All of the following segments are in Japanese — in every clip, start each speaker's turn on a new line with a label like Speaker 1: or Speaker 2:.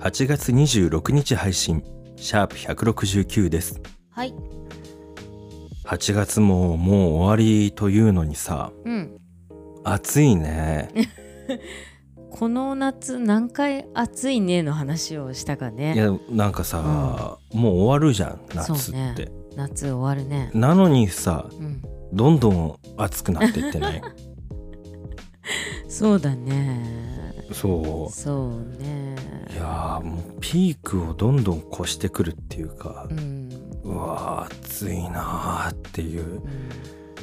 Speaker 1: 8月26日配信シャープ169です
Speaker 2: はい。
Speaker 1: 8月ももう終わりというのにさ
Speaker 2: うん。
Speaker 1: 暑いね
Speaker 2: この夏何回暑いねの話をしたか
Speaker 1: い
Speaker 2: ね。
Speaker 1: やなんかさ、もう終わるじゃん夏
Speaker 2: そう
Speaker 1: っ
Speaker 2: ね
Speaker 1: て、
Speaker 2: 夏終わるね。
Speaker 1: なのにさ
Speaker 2: うん。
Speaker 1: どんどん暑くなってっ てない
Speaker 2: そうだね。
Speaker 1: そ
Speaker 2: そうね。
Speaker 1: ういやーもうピークをどんどん越してくるっていうか
Speaker 2: う、ん。
Speaker 1: うわー暑いなーっていう
Speaker 2: うん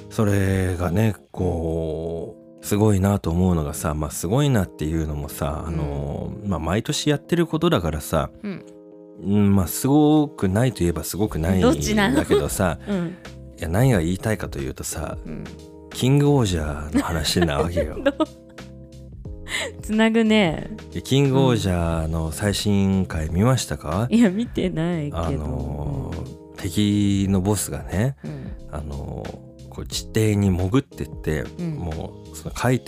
Speaker 1: それがねこうすごいなと思うのがさまあすごいなっていうのもさあのー、まあ、毎年やってることだからさ、
Speaker 2: うん
Speaker 1: うんまあすごくないといえばすごくないん
Speaker 2: どっちなの
Speaker 1: だけどさ
Speaker 2: うん。
Speaker 1: いや何が言いたいかというとさ
Speaker 2: うん。
Speaker 1: キングオージャーの話なわけ よ。
Speaker 2: つなぐね。
Speaker 1: でキングオージャーの最新回見ましたか、
Speaker 2: いや見てないけど。
Speaker 1: あのー敵のボスがね、
Speaker 2: うん。
Speaker 1: あのーこう地底に潜ってって、
Speaker 2: うん
Speaker 1: もうその海底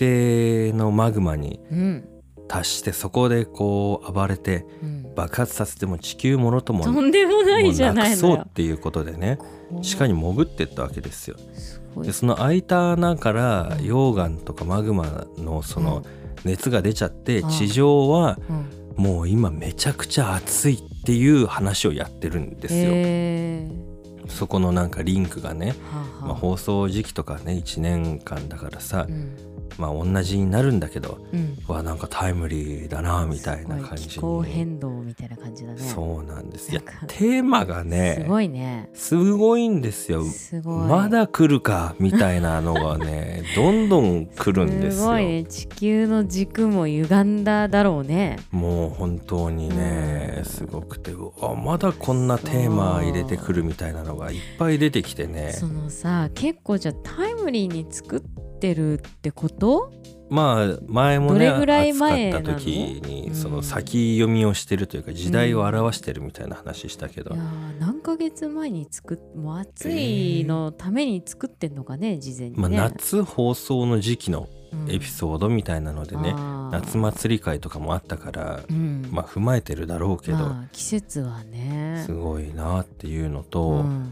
Speaker 1: のマグマに
Speaker 2: うん。
Speaker 1: 達してそこでこう暴れて
Speaker 2: うん。
Speaker 1: 爆発させても地球もろとも
Speaker 2: とんでもないじゃない
Speaker 1: も
Speaker 2: の
Speaker 1: うなくそう
Speaker 2: よ
Speaker 1: っ。ていうことでね地下に潜ってったわけですよ。
Speaker 2: すごい
Speaker 1: でその空いた穴から
Speaker 2: うん
Speaker 1: 溶岩とかマグマのその熱が出ちゃって
Speaker 2: うん
Speaker 1: 地上は、
Speaker 2: うん
Speaker 1: もう今めちゃくちゃ暑いっていう話をやってるんですよ、
Speaker 2: へー
Speaker 1: そこのなんかリンクがね、
Speaker 2: はあ
Speaker 1: まあ、
Speaker 2: はあ
Speaker 1: 放送時期とかね1年間だからさ、
Speaker 2: うん
Speaker 1: まあ同じになるんだけど
Speaker 2: うん
Speaker 1: わなんかタイムリーだなみたいな感じに
Speaker 2: すごい気候変動みたいな感じだね。
Speaker 1: そうなんですいや
Speaker 2: なんか
Speaker 1: テーマがね
Speaker 2: すごいね。
Speaker 1: すごいんですよ
Speaker 2: すごい。
Speaker 1: まだ来るかみたいなの がねどんどん来るんです
Speaker 2: す
Speaker 1: よ
Speaker 2: ごいね。地球の軸も歪んだだろうね。
Speaker 1: もう本当にね
Speaker 2: うん
Speaker 1: すごくてうわまだこんなテーマ入れてくるみたいなのがいっぱい出てきてね
Speaker 2: そのさ、結構じゃあタイムリーに作ってるってこと？
Speaker 1: まあ前もね
Speaker 2: どれぐらい
Speaker 1: 扱
Speaker 2: 前
Speaker 1: っ
Speaker 2: なの
Speaker 1: た時に
Speaker 2: うん
Speaker 1: その先読みをしてるというか時代を表してるみたいな話したけ
Speaker 2: い
Speaker 1: ど
Speaker 2: やー何ヶ月前に作っもう暑いのために作ってんのかね事前にね。
Speaker 1: まあ夏放送の時期のエピ
Speaker 2: ー
Speaker 1: ソードみたいなのでね夏祭り会とかもあったから
Speaker 2: うん
Speaker 1: まあ踏まえてるだろうけど
Speaker 2: まあ季節はね
Speaker 1: すごいなっていうの
Speaker 2: う
Speaker 1: と
Speaker 2: ん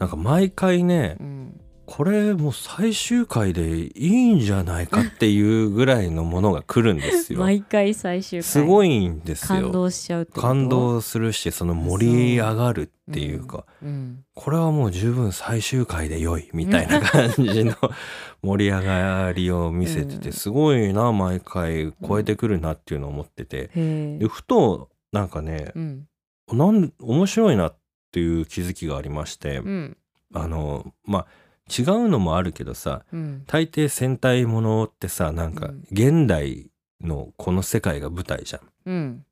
Speaker 1: なんか毎回ね
Speaker 2: うん
Speaker 1: これもう最終回でいいんじゃないかっていうぐらいのものが来るんで すよ。
Speaker 2: 毎回最終回
Speaker 1: すごいんです
Speaker 2: 感
Speaker 1: よ。
Speaker 2: 動しちゃうってこと
Speaker 1: 感動するしその盛り上がるっていうか、
Speaker 2: うん
Speaker 1: これはもう十分最終回で良いみたいな感じの 盛り上がりを見せて
Speaker 2: う
Speaker 1: て
Speaker 2: ん
Speaker 1: すごいな毎回超えてくるなっていうのを思ってて
Speaker 2: へ
Speaker 1: で
Speaker 2: え
Speaker 1: ふとなんかね
Speaker 2: うん
Speaker 1: なん面白いなっていう気づきがありまして
Speaker 2: うん
Speaker 1: あのまあ違うのもあるけどさ
Speaker 2: うん
Speaker 1: 大抵戦隊ものってさなんか
Speaker 2: うん
Speaker 1: 現代のこの世界が舞台じゃ
Speaker 2: うん
Speaker 1: ん。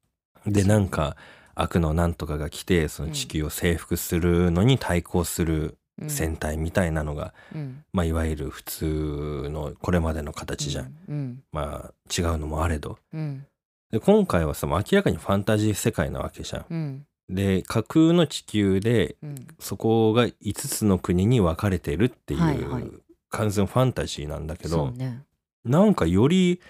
Speaker 1: でなんか悪のなんとかが来てその地球を征服するのに対抗する
Speaker 2: うん
Speaker 1: 戦隊みたいなのが、
Speaker 2: うん
Speaker 1: まあ、いわゆる普通のこれまでの形じゃん。
Speaker 2: うん
Speaker 1: まあ違うのもあれど。
Speaker 2: うん
Speaker 1: で今回はさもう明らかにファンタジー世界なわけじゃん。
Speaker 2: うん
Speaker 1: で架空の地球で
Speaker 2: うん
Speaker 1: そこが5つの国に分かれてるっていう、
Speaker 2: はいはい
Speaker 1: 完全ファンタジーなんだけど。
Speaker 2: そうね
Speaker 1: なんかより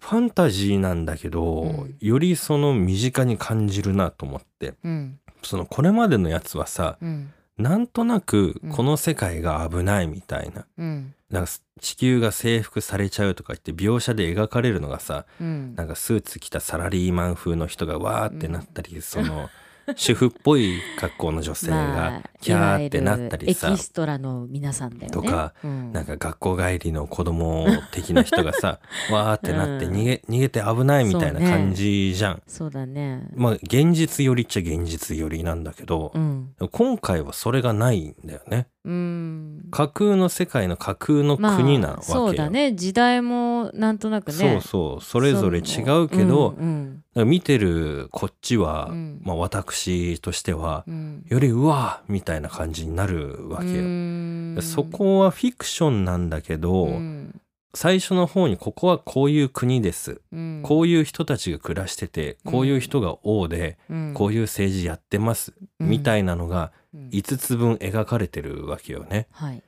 Speaker 1: ファンタジーなんだけど、
Speaker 2: うん
Speaker 1: よりその身近に感じるなと思って
Speaker 2: うん
Speaker 1: そのこれまでのやつはさ
Speaker 2: うん
Speaker 1: なんとなく
Speaker 2: うん
Speaker 1: この世界が危ないみたいな,、
Speaker 2: うん
Speaker 1: なんか地球が征服されちゃうとか言って描写で描かれるのがさ
Speaker 2: うん
Speaker 1: なんかスーツ着たサラリーマン風の人がわーってなったり、その主婦っぽい格好の女性
Speaker 2: ま
Speaker 1: が
Speaker 2: あ
Speaker 1: キャーってなったり
Speaker 2: いわゆる
Speaker 1: さ
Speaker 2: エキストラの皆さんだよね
Speaker 1: とか
Speaker 2: うん
Speaker 1: なんか学校帰りの子供的な人が さわーってなって逃げ,、逃げて危ないみたいな感じじゃん、
Speaker 2: そうだね
Speaker 1: まあ現実寄りっちゃ現実寄りなんだけど、
Speaker 2: うん
Speaker 1: 今回はそれがないんだよね
Speaker 2: うん
Speaker 1: 架空の世界の架空の国なわけよ、
Speaker 2: そうだね時代もなんとなく
Speaker 1: そ
Speaker 2: ね
Speaker 1: うそうそれぞれ違うけど、だか
Speaker 2: うんうん
Speaker 1: ら見てるこっちは、
Speaker 2: うん
Speaker 1: まあ、私としては
Speaker 2: うん
Speaker 1: よりうわーみたいな感じになるわけよ。
Speaker 2: うん
Speaker 1: そこはフィクションなんだけど、
Speaker 2: うん
Speaker 1: 最初の方にここはこういう国です、
Speaker 2: うん
Speaker 1: こういう人たちが暮らしててこういう人が王で、
Speaker 2: うん
Speaker 1: こういう政治やってます、
Speaker 2: うん
Speaker 1: みたいなのが
Speaker 2: うん
Speaker 1: 5つ分描かれてるわけよね。
Speaker 2: はい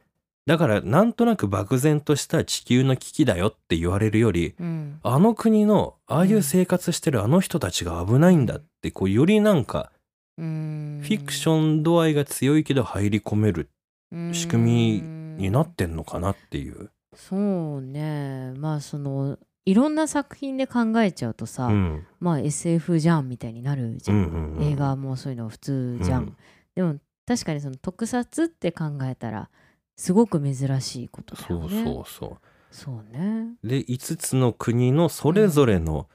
Speaker 1: だからなんとなく漠然とした地球の危機だよって言われるより
Speaker 2: うん
Speaker 1: あの国のああいう生活してるあの人たちが危ないんだってこうよりなんか
Speaker 2: うん
Speaker 1: フィクション度合いが強いけど入り込める仕組
Speaker 2: み
Speaker 1: になってんのかなっていう。
Speaker 2: そうねまあそのいろんな作品で考えちゃうとさ、
Speaker 1: うん
Speaker 2: まあ SF じゃんみたいになるじ
Speaker 1: う
Speaker 2: ゃ
Speaker 1: ん
Speaker 2: ん、
Speaker 1: うんうん
Speaker 2: 映画もそういうの普通じゃん、
Speaker 1: うん
Speaker 2: でも確かにその特撮って考えたらすごく珍しいことだ
Speaker 1: そ
Speaker 2: よ
Speaker 1: う
Speaker 2: ね
Speaker 1: そうそ
Speaker 2: そうね
Speaker 1: う。で5つの国のそれぞれの、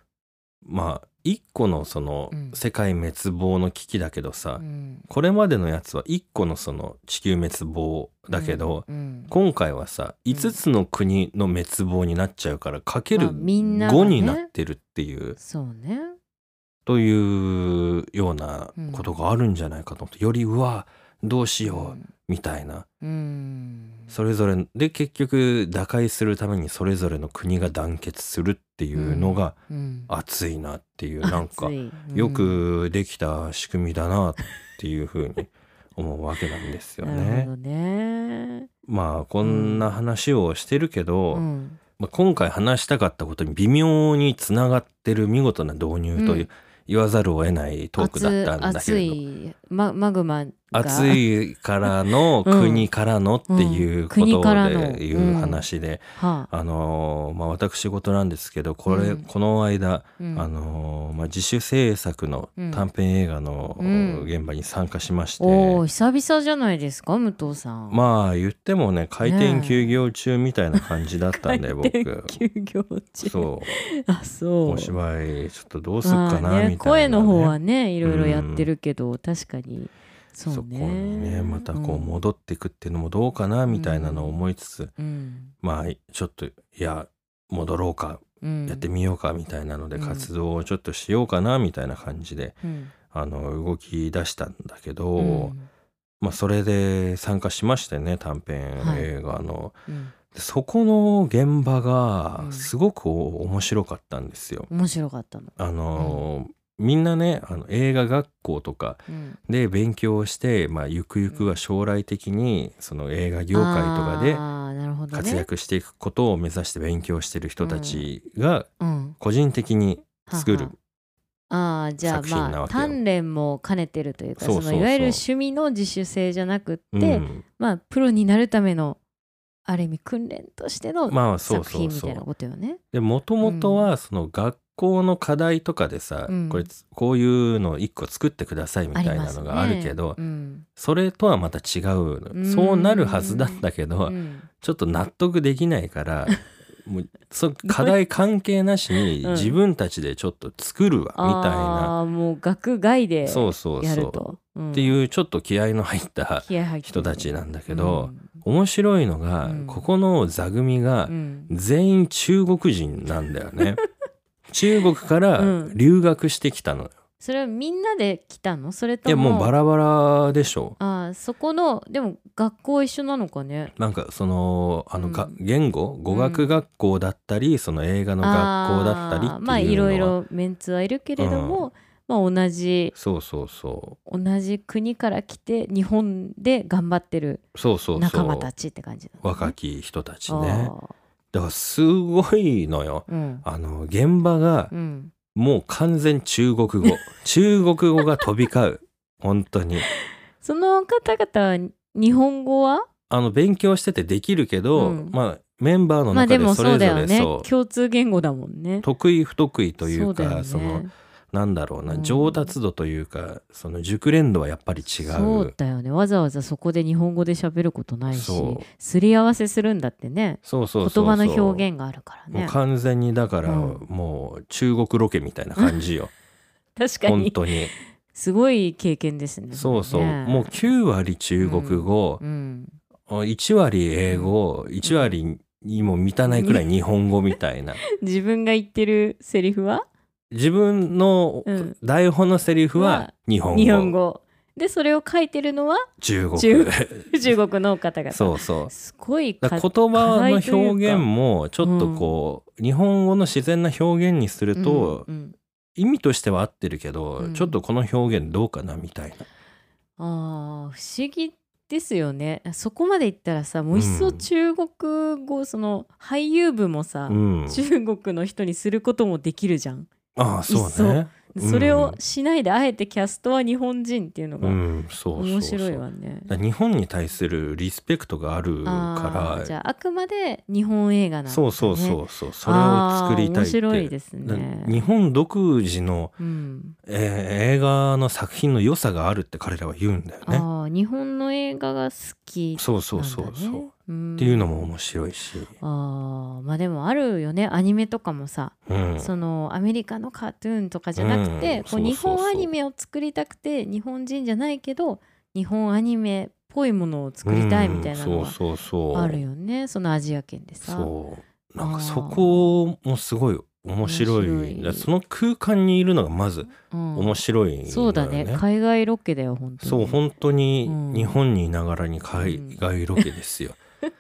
Speaker 1: まあ1個のその
Speaker 2: うん
Speaker 1: 世界滅亡の危機だけどさ、
Speaker 2: うん
Speaker 1: これまでのやつは1個のその地球滅亡だけど、
Speaker 2: うん
Speaker 1: 今回はさ
Speaker 2: ん
Speaker 1: 5つの国の滅亡になっちゃうからかけ
Speaker 2: ま
Speaker 1: る
Speaker 2: あみんながね
Speaker 1: 5になってるっていう、
Speaker 2: そうね
Speaker 1: というようなことがあるんじゃないかと思ってよりうわどうしようみたいな
Speaker 2: うん、うん
Speaker 1: それぞれで結局打開するためにそれぞれの国が団結するっていうのが
Speaker 2: うん
Speaker 1: 熱いなっていう、なんか
Speaker 2: 熱いうん
Speaker 1: よくできた仕組みだなっていうふうに 思うわけなんですよ
Speaker 2: なるほど
Speaker 1: ね。
Speaker 2: ね、
Speaker 1: まあこんな話をしてるけど、
Speaker 2: うん
Speaker 1: まあ、今回話したかったことに微妙につながってる見事な導入という、
Speaker 2: うん
Speaker 1: 言わざるを得ないトークだったんだけ
Speaker 2: 熱
Speaker 1: れど
Speaker 2: 熱いママグマが
Speaker 1: 暑いからの
Speaker 2: うん
Speaker 1: 国からのっていうこ
Speaker 2: うん国から
Speaker 1: と
Speaker 2: の
Speaker 1: でいう話で、
Speaker 2: はあ
Speaker 1: あのーまあ、私事なんですけどこれ、
Speaker 2: うん
Speaker 1: この間、
Speaker 2: うん
Speaker 1: あのーまあ、自主制作の
Speaker 2: うん
Speaker 1: 短編映画の
Speaker 2: うん
Speaker 1: 現場に参加しまして、
Speaker 2: おお久々じゃないですか武藤さん。
Speaker 1: まあ言ってもね開
Speaker 2: ね
Speaker 1: 店
Speaker 2: え
Speaker 1: 休業中みたいな感じだった んで僕
Speaker 2: 休業中。
Speaker 1: そう
Speaker 2: あそう。
Speaker 1: お芝居ちょっとどうすっ
Speaker 2: まあ
Speaker 1: かなみたいな、
Speaker 2: ね
Speaker 1: ね
Speaker 2: 声の方はねいろいろやってるけど、確かに
Speaker 1: そ
Speaker 2: そうね。
Speaker 1: こにねまたこう
Speaker 2: うん
Speaker 1: 戻ってくっていうのもどうかなみたいなのを思いつつ、
Speaker 2: うん
Speaker 1: まあちょっといや戻ろうか
Speaker 2: うん
Speaker 1: やってみようかみたいなので
Speaker 2: うん
Speaker 1: 活動をちょっとしようかなみたいな感じで、
Speaker 2: うん
Speaker 1: あの動き出したんだけど、
Speaker 2: うん
Speaker 1: まあそれで参加しましてね短編映画の、
Speaker 2: うん
Speaker 1: でそこの現場
Speaker 2: う
Speaker 1: が
Speaker 2: ん
Speaker 1: すごく面白かったんですよ。
Speaker 2: 面白かったの。
Speaker 1: あの、みんなねあの映画学校とか
Speaker 2: うん
Speaker 1: で勉強をして、まあ、ゆくゆくは将来的にその映画業界とかで
Speaker 2: あーなるほどね
Speaker 1: 活躍していくことを目指して勉強してる人たちが
Speaker 2: うん
Speaker 1: 個人的に作
Speaker 2: は
Speaker 1: る
Speaker 2: はあーじゃあ
Speaker 1: 作品な
Speaker 2: まあ
Speaker 1: わけよ
Speaker 2: 鍛錬も兼ねてるというか
Speaker 1: そう
Speaker 2: そ
Speaker 1: そうそう
Speaker 2: のいわゆる趣味の自主性じゃなくって、
Speaker 1: うん
Speaker 2: まあプロになるためのある意味訓練としての
Speaker 1: まあそう
Speaker 2: 作
Speaker 1: そ
Speaker 2: 品
Speaker 1: う
Speaker 2: み
Speaker 1: そ
Speaker 2: たいな
Speaker 1: う
Speaker 2: ことよね。
Speaker 1: でもともとはその学校の課題とかでさ、
Speaker 2: うん
Speaker 1: これこういうのを一個作ってくださいみ
Speaker 2: あ
Speaker 1: たい
Speaker 2: りま
Speaker 1: な
Speaker 2: す
Speaker 1: の
Speaker 2: ね
Speaker 1: があるけど、
Speaker 2: うん
Speaker 1: それとはまた違うの
Speaker 2: うん
Speaker 1: そうなるはずなんだけど、
Speaker 2: うん
Speaker 1: ちょっと納得できないから もうそ課題関係なしに
Speaker 2: うん
Speaker 1: 自分たちでちょっと作るわみたいな、
Speaker 2: ああもう学外で
Speaker 1: そうそう
Speaker 2: や
Speaker 1: そ
Speaker 2: る
Speaker 1: う
Speaker 2: と。うん
Speaker 1: っていうちょっと気合の入った
Speaker 2: 気合入ってる
Speaker 1: 人たちなんだけど、
Speaker 2: うん
Speaker 1: 面白いのが、
Speaker 2: うん
Speaker 1: ここの座組が
Speaker 2: うん
Speaker 1: 全員中国人なんだよ ね。中国から
Speaker 2: うん
Speaker 1: 留学してきたのよ。
Speaker 2: それはみんなで来たのそれと
Speaker 1: いや
Speaker 2: も
Speaker 1: もうバラバラでしょ。
Speaker 2: あーそこのでも学校一緒なのかね。
Speaker 1: なんかそのあのが、
Speaker 2: うん
Speaker 1: 言語語学学校だったり、その映画の学校だったりっていうのは
Speaker 2: あーまあいろいろメンツはいるけれども、まあ同じ
Speaker 1: そうそうそ
Speaker 2: 同じ国から来て日本で頑張ってる
Speaker 1: うそうそうそう
Speaker 2: 仲間たちって感じなのね
Speaker 1: 若き人たちね
Speaker 2: ああ
Speaker 1: だからすごいのよ
Speaker 2: うん
Speaker 1: あの現場が
Speaker 2: うん
Speaker 1: もう完全中国語中国語が飛び交う本当に
Speaker 2: その方々は日本語は
Speaker 1: あの勉強しててできるけど、
Speaker 2: うん
Speaker 1: まあメンバーの
Speaker 2: まあ
Speaker 1: 中
Speaker 2: で
Speaker 1: で
Speaker 2: も
Speaker 1: そ
Speaker 2: そ
Speaker 1: れ
Speaker 2: う
Speaker 1: ぞ
Speaker 2: だ
Speaker 1: れ
Speaker 2: よね
Speaker 1: そう
Speaker 2: 共通言語だもんね。
Speaker 1: 得意不得意とい
Speaker 2: そうだ
Speaker 1: か
Speaker 2: よね
Speaker 1: そのなんだろうな、
Speaker 2: うん
Speaker 1: 上達度というかその熟練度はやっぱり違
Speaker 2: そう
Speaker 1: う
Speaker 2: だよねわざわざそこで日本語で喋ることないし
Speaker 1: そう
Speaker 2: すり合わせするんだってね
Speaker 1: そうそうそうそう
Speaker 2: 言葉の表現があるから
Speaker 1: も
Speaker 2: ね
Speaker 1: う完全にだから、
Speaker 2: うん
Speaker 1: もう中国ロケみたいな感じよ
Speaker 2: 確か
Speaker 1: 本
Speaker 2: に
Speaker 1: 当に
Speaker 2: すごい経験ですね。
Speaker 1: そうそう、
Speaker 2: ね
Speaker 1: もう9割中国語、
Speaker 2: うん
Speaker 1: 1割英語1割にも満たないくらい日本語みたいな
Speaker 2: 自分が言ってるセリフは
Speaker 1: 自分の
Speaker 2: うん
Speaker 1: 台本のセリフは日本語
Speaker 2: 日本語でそれを書いてるのは
Speaker 1: 中国
Speaker 2: 中中国 の方々
Speaker 1: そうそう
Speaker 2: すごいか
Speaker 1: だから言葉の
Speaker 2: 課題というか
Speaker 1: 表現もちょっとこう、日本語の自然な表現にすると、
Speaker 2: うんうん
Speaker 1: 意味としては合ってるけど、
Speaker 2: うん
Speaker 1: ちょっとこの表現どうかなみたいな
Speaker 2: あー不思議ですよねそこまで言ったらさもう一層
Speaker 1: うん
Speaker 2: 中国語、その俳優部もさ、
Speaker 1: うん、
Speaker 2: 中国の人にすることもできるじゃん
Speaker 1: ああそうね
Speaker 2: で
Speaker 1: うん
Speaker 2: それをしないであえてキャストは日本人っていうの
Speaker 1: う
Speaker 2: が
Speaker 1: んそうそうそう
Speaker 2: 面白いわね、
Speaker 1: だから日本に対するリスペクトがある
Speaker 2: あー
Speaker 1: か
Speaker 2: じゃああくまで日本映画なん
Speaker 1: ら
Speaker 2: だ、ね、
Speaker 1: そうそうそうそうそれを作りた
Speaker 2: あー
Speaker 1: いって
Speaker 2: 面白いです
Speaker 1: だから
Speaker 2: ね
Speaker 1: 日本独自の、
Speaker 2: うん
Speaker 1: えー映画の作品の良さがあるって彼らは言うんだよね
Speaker 2: ああ日本の映画が好き
Speaker 1: そうそうそうそう、
Speaker 2: うん
Speaker 1: っていうのも面白いし、
Speaker 2: あーまあでもあるよねアニメとかもさ、
Speaker 1: うん、
Speaker 2: そのアメリカのカートゥーンとかじゃなくて、
Speaker 1: うん
Speaker 2: こ
Speaker 1: そううそうそう
Speaker 2: 日本アニメを作りたくて日本人じゃないけど日本アニメっぽいものを作りたいみたいなの
Speaker 1: うん
Speaker 2: は
Speaker 1: そうそうそう
Speaker 2: あるよねそのアジア圏でさ。
Speaker 1: そうなんかそこもすごい面白い
Speaker 2: 面白い
Speaker 1: だからその空間にいるのがまず
Speaker 2: うん
Speaker 1: 面白いんだよ、ね
Speaker 2: そうだね海外ロケだよ本当に
Speaker 1: そう本当に
Speaker 2: うん
Speaker 1: 日本にいながらに海外ロケで すよ、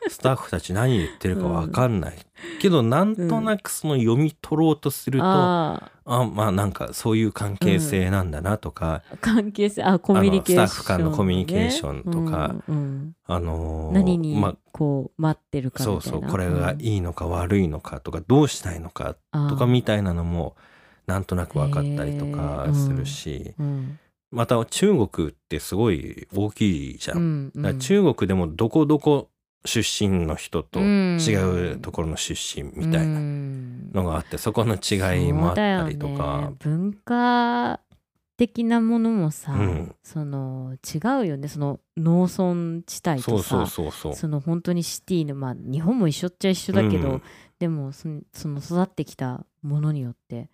Speaker 1: スタッフたち何言ってるかわかんない、けどなんとなくその読み取ろうとすると、あ
Speaker 2: あ
Speaker 1: まあなんかそういう関係性なんだなとか、
Speaker 2: あ関係性あコミュニケーション、ね、
Speaker 1: あのスタッフ間のコミュニケーションとか
Speaker 2: うんうん
Speaker 1: あのー
Speaker 2: 何に
Speaker 1: まあ
Speaker 2: こう待ってるかみたい
Speaker 1: そ
Speaker 2: な
Speaker 1: うそうこれがいいのか悪いのかとかどうしたいのかとかみたいなのもなんとなく分かったりとかするし、
Speaker 2: うん
Speaker 1: また中国ってすごい大きいじゃ。
Speaker 2: うんんうん
Speaker 1: だから中国でもどこどこ出身の人と
Speaker 2: うん
Speaker 1: 違うところの出身みたいな
Speaker 2: な
Speaker 1: のがあってそこの違いもあったりとか。
Speaker 2: 文化的なものもさ、
Speaker 1: うん
Speaker 2: その違うよねその農村地帯
Speaker 1: そ
Speaker 2: と
Speaker 1: う
Speaker 2: さ
Speaker 1: そうそうそう
Speaker 2: その本当にシティのまあ日本も一緒っちゃ一緒だけど、
Speaker 1: うん
Speaker 2: でもそのその育ってきたものによって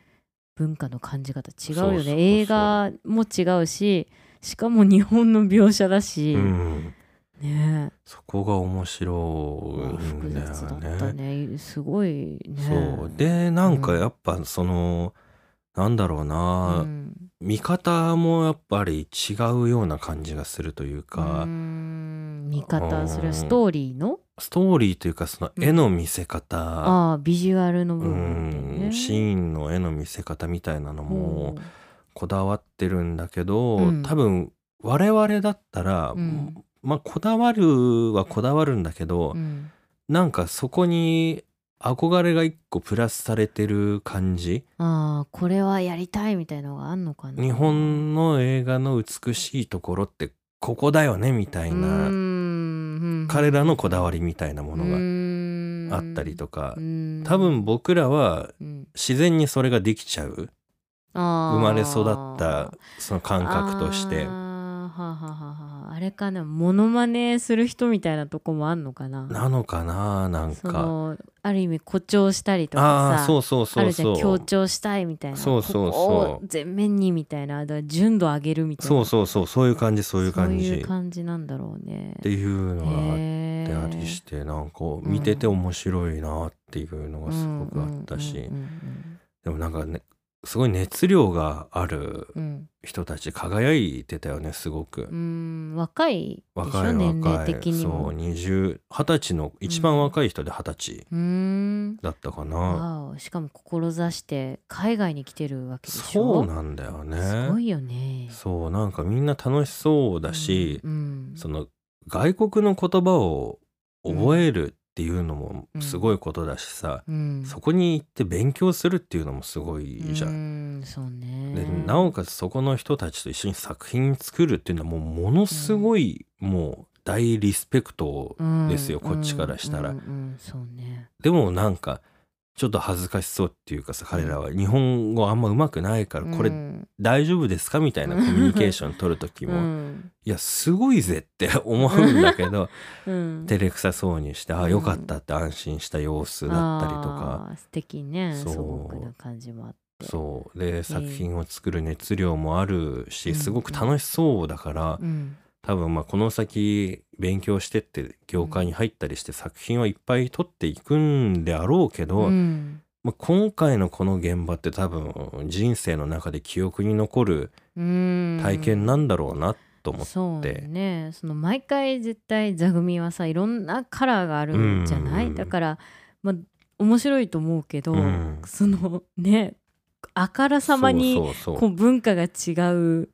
Speaker 2: 文化の感じ方違うよね
Speaker 1: そうそうそう
Speaker 2: 映画も違うししかも日本の描写だし、
Speaker 1: うん
Speaker 2: ね
Speaker 1: そこが面白
Speaker 2: え、
Speaker 1: い
Speaker 2: 複
Speaker 1: んだよ
Speaker 2: 雑だった
Speaker 1: ね。
Speaker 2: ねすごいね
Speaker 1: そうでなんかやっぱその、なんだろう
Speaker 2: う
Speaker 1: な、
Speaker 2: ん
Speaker 1: 見方もやっぱり違うような感じがするというか、
Speaker 2: うーん見
Speaker 1: う
Speaker 2: 方
Speaker 1: ん
Speaker 2: それはストーリーの
Speaker 1: ストーリーというかその絵の見せ方、
Speaker 2: ああビジュアルの
Speaker 1: う
Speaker 2: 部
Speaker 1: ん
Speaker 2: 分だよね
Speaker 1: シーンの絵の見せ方みたいなのも
Speaker 2: うん
Speaker 1: こだわってるんだけど、
Speaker 2: うん
Speaker 1: 多分我々だったら、
Speaker 2: うん
Speaker 1: まあこだわるはこだわるんだけど、
Speaker 2: うん
Speaker 1: なんかそこに憧れが一個プラスされてる感じ
Speaker 2: ああこれはやりたいみたいなのがあんのかな
Speaker 1: 日本の映画の美しいところってここだよねみたいな、彼らのこだわりみたいなものが
Speaker 2: の
Speaker 1: あったりとか、多
Speaker 2: 多
Speaker 1: 分僕らは
Speaker 2: 生
Speaker 1: 自然にそれができちゃう生ま
Speaker 2: ま
Speaker 1: れ育ったその感覚とし
Speaker 2: あー
Speaker 1: て
Speaker 2: はあはあはあはああれかなモノマネする人みたいなとこもあんのかな
Speaker 1: なのかななん
Speaker 2: そ
Speaker 1: か
Speaker 2: のある意味誇張したりとか
Speaker 1: ああ
Speaker 2: さ
Speaker 1: ーそうそうそ
Speaker 2: あ
Speaker 1: う
Speaker 2: るじゃ
Speaker 1: そ
Speaker 2: ん強
Speaker 1: う
Speaker 2: 調したいみたいな
Speaker 1: そうそうそ
Speaker 2: こ
Speaker 1: う
Speaker 2: こを全面にみたいなだから純度上げるみたいな
Speaker 1: そうそうそうそういう感じそういう感
Speaker 2: そう
Speaker 1: じ
Speaker 2: いう
Speaker 1: っ
Speaker 2: 感じなんだろうね
Speaker 1: ていうのがあっ
Speaker 2: へ
Speaker 1: て
Speaker 2: ー
Speaker 1: ありしてなんか見てて面白いなっていうのがすごくあったし
Speaker 2: うんうん
Speaker 1: でもなんかねすごい熱量がある
Speaker 2: うんうん
Speaker 1: 人たち輝いてたよねすご
Speaker 2: う
Speaker 1: く
Speaker 2: んうん若いでしょ
Speaker 1: 若い
Speaker 2: 年
Speaker 1: 若
Speaker 2: 齢
Speaker 1: い
Speaker 2: 的に
Speaker 1: そ
Speaker 2: も
Speaker 1: う20 20歳の一番若い人で20歳
Speaker 2: うーん
Speaker 1: だったかな
Speaker 2: わおしかも志して海外に来てるわけでし
Speaker 1: そ
Speaker 2: ょ
Speaker 1: うなんだよ
Speaker 2: すご
Speaker 1: ね
Speaker 2: いよね
Speaker 1: そうなんかみんな楽しそうだし
Speaker 2: うんうん
Speaker 1: その外国の言葉を覚えるっていうのもすごいことだしさ
Speaker 2: うん
Speaker 1: そこに行って勉強するっていうのもすごいじゃ。
Speaker 2: うんんそうね
Speaker 1: でなおかつそこの人たちと一緒に作品作るっていうのはもうものすごいもう大リスペクトをですよ
Speaker 2: うん
Speaker 1: こっちからしたら
Speaker 2: うんうんうんそうね
Speaker 1: でもなんかちょっと恥ずかしそうっていうかさ彼らは日本語あんま上手くないからこれ
Speaker 2: うん
Speaker 1: 大丈夫ですかみたいなコミュニケーション取る 時
Speaker 2: う
Speaker 1: も
Speaker 2: ん
Speaker 1: いやすごいぜって思うんだ けど
Speaker 2: うん
Speaker 1: 照れくさそうにしてあ
Speaker 2: うん
Speaker 1: よかったって安心した様子だったりとか
Speaker 2: あー素敵ね
Speaker 1: そう
Speaker 2: 素朴な感じもあって
Speaker 1: そうで作品を作る熱量もある
Speaker 2: う
Speaker 1: し
Speaker 2: ん
Speaker 1: すごく楽しそうだから
Speaker 2: うん
Speaker 1: 多分まあこの先勉強してって業界に入ったりして作品はいっぱい撮っていくんであろうけど、
Speaker 2: うん
Speaker 1: まあ、今回のこの現場って多分人生の中で記憶に残る
Speaker 2: うん、
Speaker 1: 体験なんだろうなと思って、
Speaker 2: そうねその毎回絶対座組はさいろんなカラーがあるんじゃない、
Speaker 1: うん
Speaker 2: だからまあ面白いと思うけど、
Speaker 1: うん
Speaker 2: そのねあからさまに
Speaker 1: そうそう
Speaker 2: こ
Speaker 1: そう
Speaker 2: う文化が違う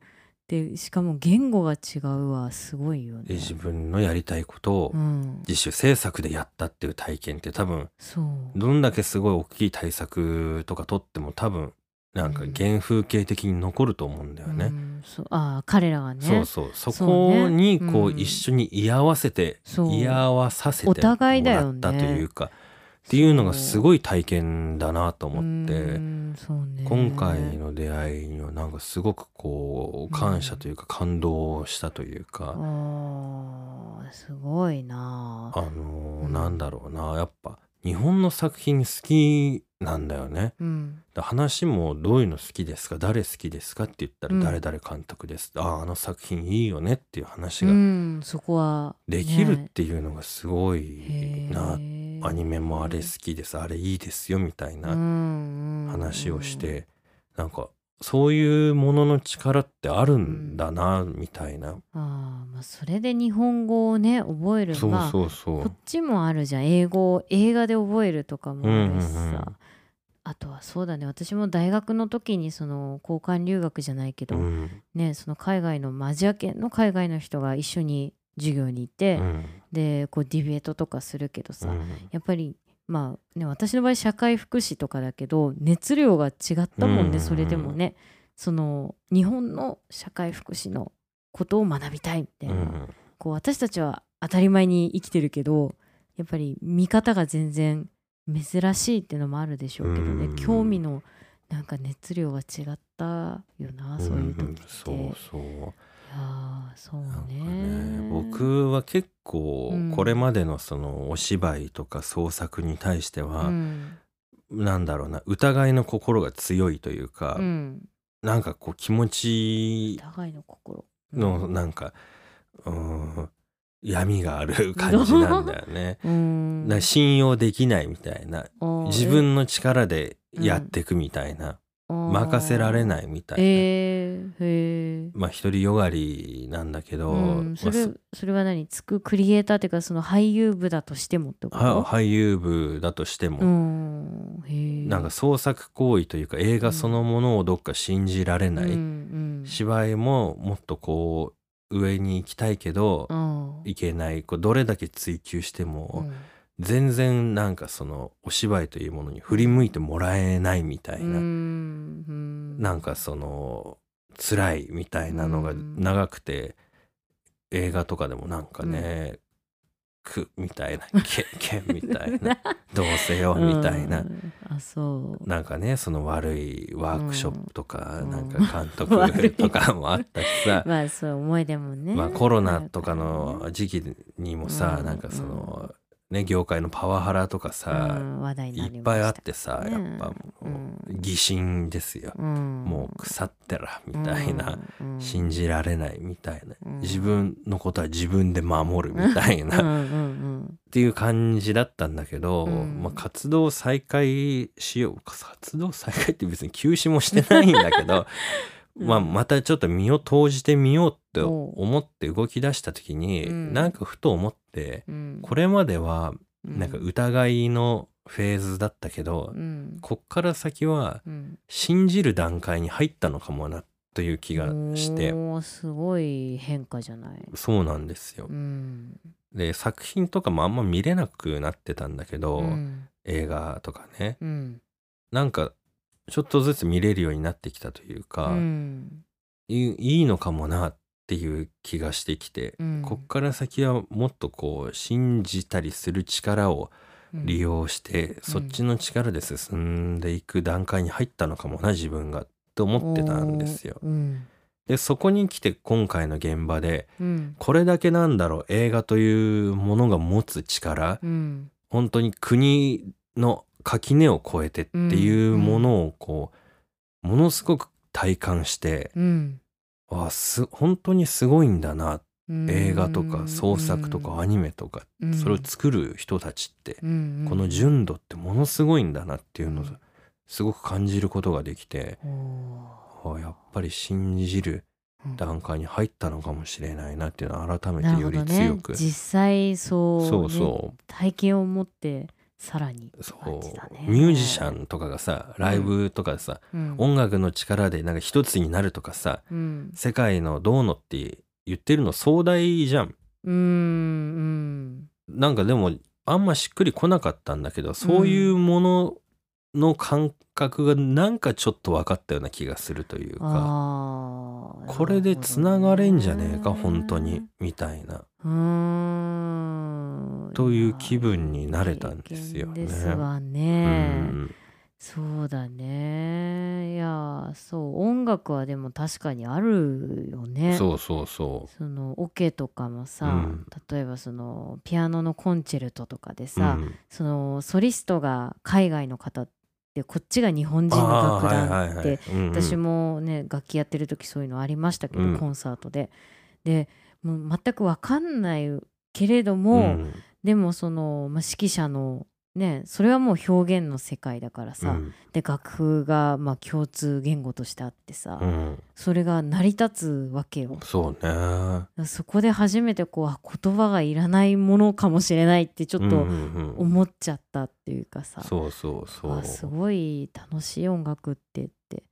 Speaker 2: でしかも言語が違うはすごいよ
Speaker 1: で
Speaker 2: ね。
Speaker 1: 自分のやりたいことを
Speaker 2: うん、
Speaker 1: 自主制作でやったっていう体験って多分
Speaker 2: そう
Speaker 1: どんだけすごい大きい対策とか取っても多分なんか
Speaker 2: うん
Speaker 1: 原風景的に残ると思うんだよね。
Speaker 2: うん、そうああ彼らがね
Speaker 1: そうそうそ
Speaker 2: そ
Speaker 1: こ
Speaker 2: う
Speaker 1: に
Speaker 2: ね
Speaker 1: こう
Speaker 2: うん
Speaker 1: 一緒に居合わせて、
Speaker 2: そう
Speaker 1: 居合わさせて
Speaker 2: お互いだよね
Speaker 1: もらったというか、っていうのがすごい体験だなと思って、
Speaker 2: うんそうね、
Speaker 1: 今回の出会いにはなんかすごくこう感謝というか感動したというか、
Speaker 2: あーすごいなあ
Speaker 1: あのー
Speaker 2: うん
Speaker 1: なんだろうなやっぱ日本の作品好きなんだよね。
Speaker 2: うん
Speaker 1: だ話もどういうの好きですか誰好きですかって言った
Speaker 2: う
Speaker 1: ら
Speaker 2: ん
Speaker 1: 誰々監督です、あああの作品いいよねっていう話
Speaker 2: う
Speaker 1: が
Speaker 2: ん、そこは、ね、
Speaker 1: できるっていうのがすごい
Speaker 2: へ
Speaker 1: な、
Speaker 2: ー
Speaker 1: アニメもあれ好きですあれいいですよみたいな
Speaker 2: な
Speaker 1: 話をして、なんかそういうものの力ってあるんだな、みたいな、
Speaker 2: あーまあ、それで日本語をね覚える
Speaker 1: そう
Speaker 2: まあ
Speaker 1: そうそ
Speaker 2: こ
Speaker 1: う
Speaker 2: っちもあるじゃん英語を映画で覚えるとかもあるしさ、
Speaker 1: うんうんうん
Speaker 2: あとはそうだね私も大学の時にその交換留学じゃないけ
Speaker 1: う
Speaker 2: ど、
Speaker 1: ん
Speaker 2: ねその海外のアジア圏の海外の人が一緒に授業にいうて、
Speaker 1: ん
Speaker 2: でこうディベートとかするけどさ、
Speaker 1: うん
Speaker 2: やっぱりまあね私の場合社会福祉とかだけど熱量が違ったもん
Speaker 1: う
Speaker 2: ね
Speaker 1: ん
Speaker 2: それでもねその日本の社会福祉のことを学びたいみたいな、
Speaker 1: うん
Speaker 2: こう私たちは当たり前に生きてるけどやっぱり見方が全然珍しいっていうのもあるでしょうけどね、
Speaker 1: うん
Speaker 2: 興味のなんか熱量が違ったよなそういう時って、
Speaker 1: うん
Speaker 2: い
Speaker 1: そうそう
Speaker 2: やーそう
Speaker 1: なんか
Speaker 2: ね
Speaker 1: ね僕は結構
Speaker 2: うん
Speaker 1: これまでのそのお芝居とか創作に対して
Speaker 2: う
Speaker 1: は、
Speaker 2: ん
Speaker 1: なんだろうな疑いの心が強いというか、
Speaker 2: うん、
Speaker 1: なんかこう気持ち
Speaker 2: 互いの心
Speaker 1: のなんかうーん闇がある感じなんだよね。
Speaker 2: うん
Speaker 1: な信用できないみたいな
Speaker 2: あー
Speaker 1: 自分の力でやってくみたいな、任せられ
Speaker 2: い
Speaker 1: ないみたいな、
Speaker 2: へえへえ
Speaker 1: まあ一人よがりなんだけど、
Speaker 2: うん、そ
Speaker 1: まあ
Speaker 2: れそれは何つくクリエイターっていうかその俳優部だとしてもってこと
Speaker 1: は俳優部だとしても、
Speaker 2: うんへえ
Speaker 1: なんか創作行為というか映画そのものをどっか信じられない、
Speaker 2: うんうん、
Speaker 1: 芝居ももっとこう上に行きたいけど、
Speaker 2: うん
Speaker 1: いけないこうどれだけ追求して
Speaker 2: う
Speaker 1: も、
Speaker 2: ん
Speaker 1: 全然なんかそのお芝居というものに振り向いてもらえないみたいな、
Speaker 2: うんうん
Speaker 1: なんかその辛いみたいなのが
Speaker 2: うん
Speaker 1: 長くて、映画とかでもなんかね、くみたいな けけみ たいなどうせよみたいな。
Speaker 2: うんあそう
Speaker 1: なんかねその悪いワークショップとか、
Speaker 2: うん
Speaker 1: なんか監
Speaker 2: 悪
Speaker 1: 督
Speaker 2: い
Speaker 1: とかもあったし さ、
Speaker 2: まあそう思い出もね、
Speaker 1: まあ、コロナとかの時期にもさ、
Speaker 2: うん
Speaker 1: なんかその、ね、業界のパワハラとか
Speaker 2: う
Speaker 1: さ、
Speaker 2: ん話題にないり
Speaker 1: っ
Speaker 2: ま
Speaker 1: ぱいあ
Speaker 2: し
Speaker 1: ったてさ、
Speaker 2: ね
Speaker 1: やっぱもう、
Speaker 2: うん
Speaker 1: 疑心ですよ、
Speaker 2: うん
Speaker 1: もう腐ってらみたいな、、
Speaker 2: うんうん
Speaker 1: 信じられないみたいな、
Speaker 2: うん
Speaker 1: 自分のことは自分で守るみたいな、
Speaker 2: う
Speaker 1: っ
Speaker 2: んうん
Speaker 1: ていう感じだったんだけど、
Speaker 2: うん
Speaker 1: まあ、活動再開しよう活動再開って別に休止もしてないんだ けど、
Speaker 2: うん
Speaker 1: まあ、またちょっと身を投じてみようって
Speaker 2: おう
Speaker 1: 思って動き出した時に、
Speaker 2: うん
Speaker 1: なんかふと思って
Speaker 2: うん、
Speaker 1: これまでは
Speaker 2: れ
Speaker 1: なんか疑いのフェーズだったけど、
Speaker 2: うん
Speaker 1: こっから先は
Speaker 2: うん、
Speaker 1: 信じる段階に入ったのかもなという気がして、
Speaker 2: おーすごい変化じゃない、
Speaker 1: そうなんですよ
Speaker 2: う。ん
Speaker 1: で作品とかもあんま見れなくなってたんだけど、
Speaker 2: うん
Speaker 1: 映画とかね
Speaker 2: うん
Speaker 1: なんかちょっとずつ見れるようになってきたというか、
Speaker 2: うん
Speaker 1: いいいいのかもなっていう気がしてきて、
Speaker 2: うん
Speaker 1: こっから先はもっとこう信じたりする力を利用して、そっちの力で進んでいく段階に入ったのかもな自分がと思ってたんですよ。
Speaker 2: うん
Speaker 1: でそこに来て今回の現場で
Speaker 2: うん
Speaker 1: これだけなんだろう映画というものが持つ力
Speaker 2: うん
Speaker 1: 本当に国の垣根を越えてっていうものをこうものすごく体感して
Speaker 2: うん
Speaker 1: あす本当にすごいんだなっ映画とか創作とかアニメとかそれを作る人たちってこの純度ってものすごいんだなっていうのをすごく感じることができてあやっぱり信じる段階に入ったのかもしれないなっていうのは改めてより強く、
Speaker 2: ね、実際そう、ね、
Speaker 1: そうそ
Speaker 2: 体験を持ってさらに
Speaker 1: うそ
Speaker 2: 感じたね
Speaker 1: うミュージシャンとかがさライブとかでさ、
Speaker 2: うん
Speaker 1: 音楽の力でなんか一つになるとかさ
Speaker 2: うん
Speaker 1: 世界のどうのって言ってるの壮大じゃん
Speaker 2: うんうん
Speaker 1: なんかでもあんましっくりこなかったんだけどそういうものの感覚がなんかちょっと分かったような気がするというか、
Speaker 2: あー
Speaker 1: これでつながれんじゃねえ
Speaker 2: な
Speaker 1: か
Speaker 2: るほどね
Speaker 1: 本当にみたいな
Speaker 2: うーん
Speaker 1: という気分になれたんですよね
Speaker 2: いやいい経験ですわ
Speaker 1: う
Speaker 2: ね、
Speaker 1: ん
Speaker 2: そうだねいやそう音楽はでも確かにあるよね
Speaker 1: そうそうそう
Speaker 2: そのオケとかもさ、
Speaker 1: うん
Speaker 2: 例えばそのピアノのコンチェルトとかでさ、
Speaker 1: うん
Speaker 2: そのソリストが海外の方でこっちが日本人の楽団って、私
Speaker 1: も
Speaker 2: もね楽器やってる時そういうのありましたけど、
Speaker 1: うん
Speaker 2: コンサートで。でもう全く分かんないけれども、でもその、まあ、指揮者のねそれはもう表現の世界だからさ、で楽譜がまあ共通言語としてあってさ、それが成り立つわけよ。
Speaker 1: そうね
Speaker 2: そこで初めてこうあ言葉がいらないものかもしれないってちょっ
Speaker 1: う
Speaker 2: と
Speaker 1: んうんうん
Speaker 2: 思っちゃったっていうかさ、
Speaker 1: そうそうそ
Speaker 2: あ
Speaker 1: う
Speaker 2: すごい楽しい音楽ってって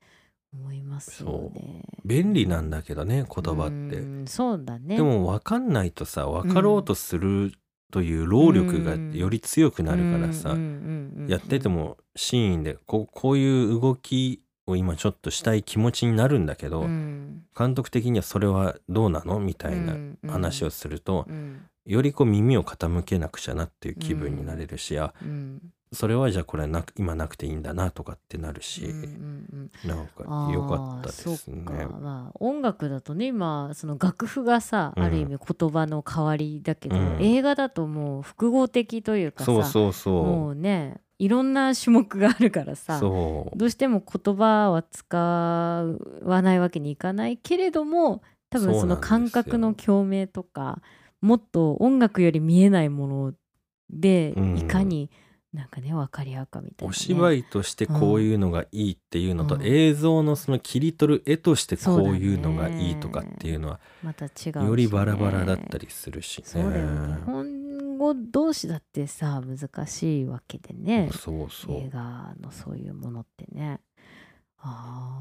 Speaker 2: 思いますよね。
Speaker 1: 便利なんだけどね言葉って
Speaker 2: うんそうだね
Speaker 1: でも分かんないとさ分かろうとするという労力がより強くなるからさ、
Speaker 2: うんうんうんうん
Speaker 1: やっててもシーンでこうこういう動きを今ちょっとしたい気持ちになるんだけど、
Speaker 2: うん
Speaker 1: 監督的にはそれはどうなのみたいな
Speaker 2: うんうん
Speaker 1: 話をすると、
Speaker 2: うん
Speaker 1: よりこう耳を傾けなくちゃなっていう気分になれるし、あ
Speaker 2: うん
Speaker 1: それはじゃあこれはなく今なくていいんだなとかってなるし、
Speaker 2: うんうんうん
Speaker 1: なんか
Speaker 2: あー
Speaker 1: 良かったです
Speaker 2: そっか
Speaker 1: ね。
Speaker 2: まあ、音楽だとね今その楽譜がさ、
Speaker 1: うん
Speaker 2: ある意味言葉の代わりだけど、
Speaker 1: うん
Speaker 2: 映画だともう複合的というかさ
Speaker 1: そうそうそ
Speaker 2: も
Speaker 1: う
Speaker 2: うねいろんな種目があるからさ
Speaker 1: そう
Speaker 2: どうしても言葉は使わないわけにいかないけれども多分その感覚の共鳴とかもっと音楽より見えないもので
Speaker 1: うん
Speaker 2: いかになんかね分かり合うかみたいな、ね。
Speaker 1: お芝居としてこういうのがいいっていうのと、
Speaker 2: うん
Speaker 1: 映像のその切り取る絵としてこ
Speaker 2: そうだ
Speaker 1: う
Speaker 2: ね
Speaker 1: いうのがいいとかっていうのは
Speaker 2: また違うしね
Speaker 1: よりバラバラだったりするしね。
Speaker 2: そうだよね。日本語同士だってさ難しいわけでね。
Speaker 1: そうそ
Speaker 2: 映
Speaker 1: う
Speaker 2: 画のそういうものってね。あ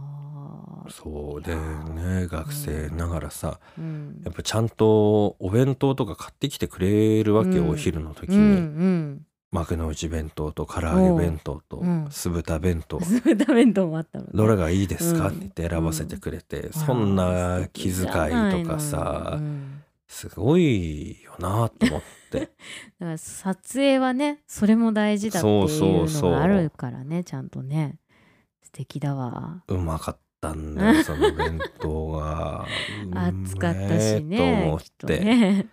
Speaker 2: あ。
Speaker 1: そう
Speaker 2: い
Speaker 1: で
Speaker 2: やー
Speaker 1: ね学生ながらさ、
Speaker 2: うん。
Speaker 1: やっぱちゃんとお弁当とか買ってきてくれるわけよ、
Speaker 2: うん
Speaker 1: お昼の時
Speaker 2: う
Speaker 1: に、
Speaker 2: ん
Speaker 1: 幕の内弁当と唐揚げ弁当と
Speaker 2: うん
Speaker 1: 酢豚弁当、
Speaker 2: うん。スー ダメントもあったのね。
Speaker 1: どれがいいですか
Speaker 2: うん
Speaker 1: って言って選ばせてくれて、
Speaker 2: あー
Speaker 1: そんな気遣いとか
Speaker 2: う
Speaker 1: さ、
Speaker 2: ん
Speaker 1: すごいよなと思って。
Speaker 2: だから撮影はねそれも大事だってい
Speaker 1: そう
Speaker 2: う
Speaker 1: そうそう
Speaker 2: のがあるからねちゃんとね素敵だわ
Speaker 1: うまかったんだよその弁当が
Speaker 2: 暑かったし
Speaker 1: うめえ
Speaker 2: ね
Speaker 1: と思っ
Speaker 2: きっと
Speaker 1: て
Speaker 2: ね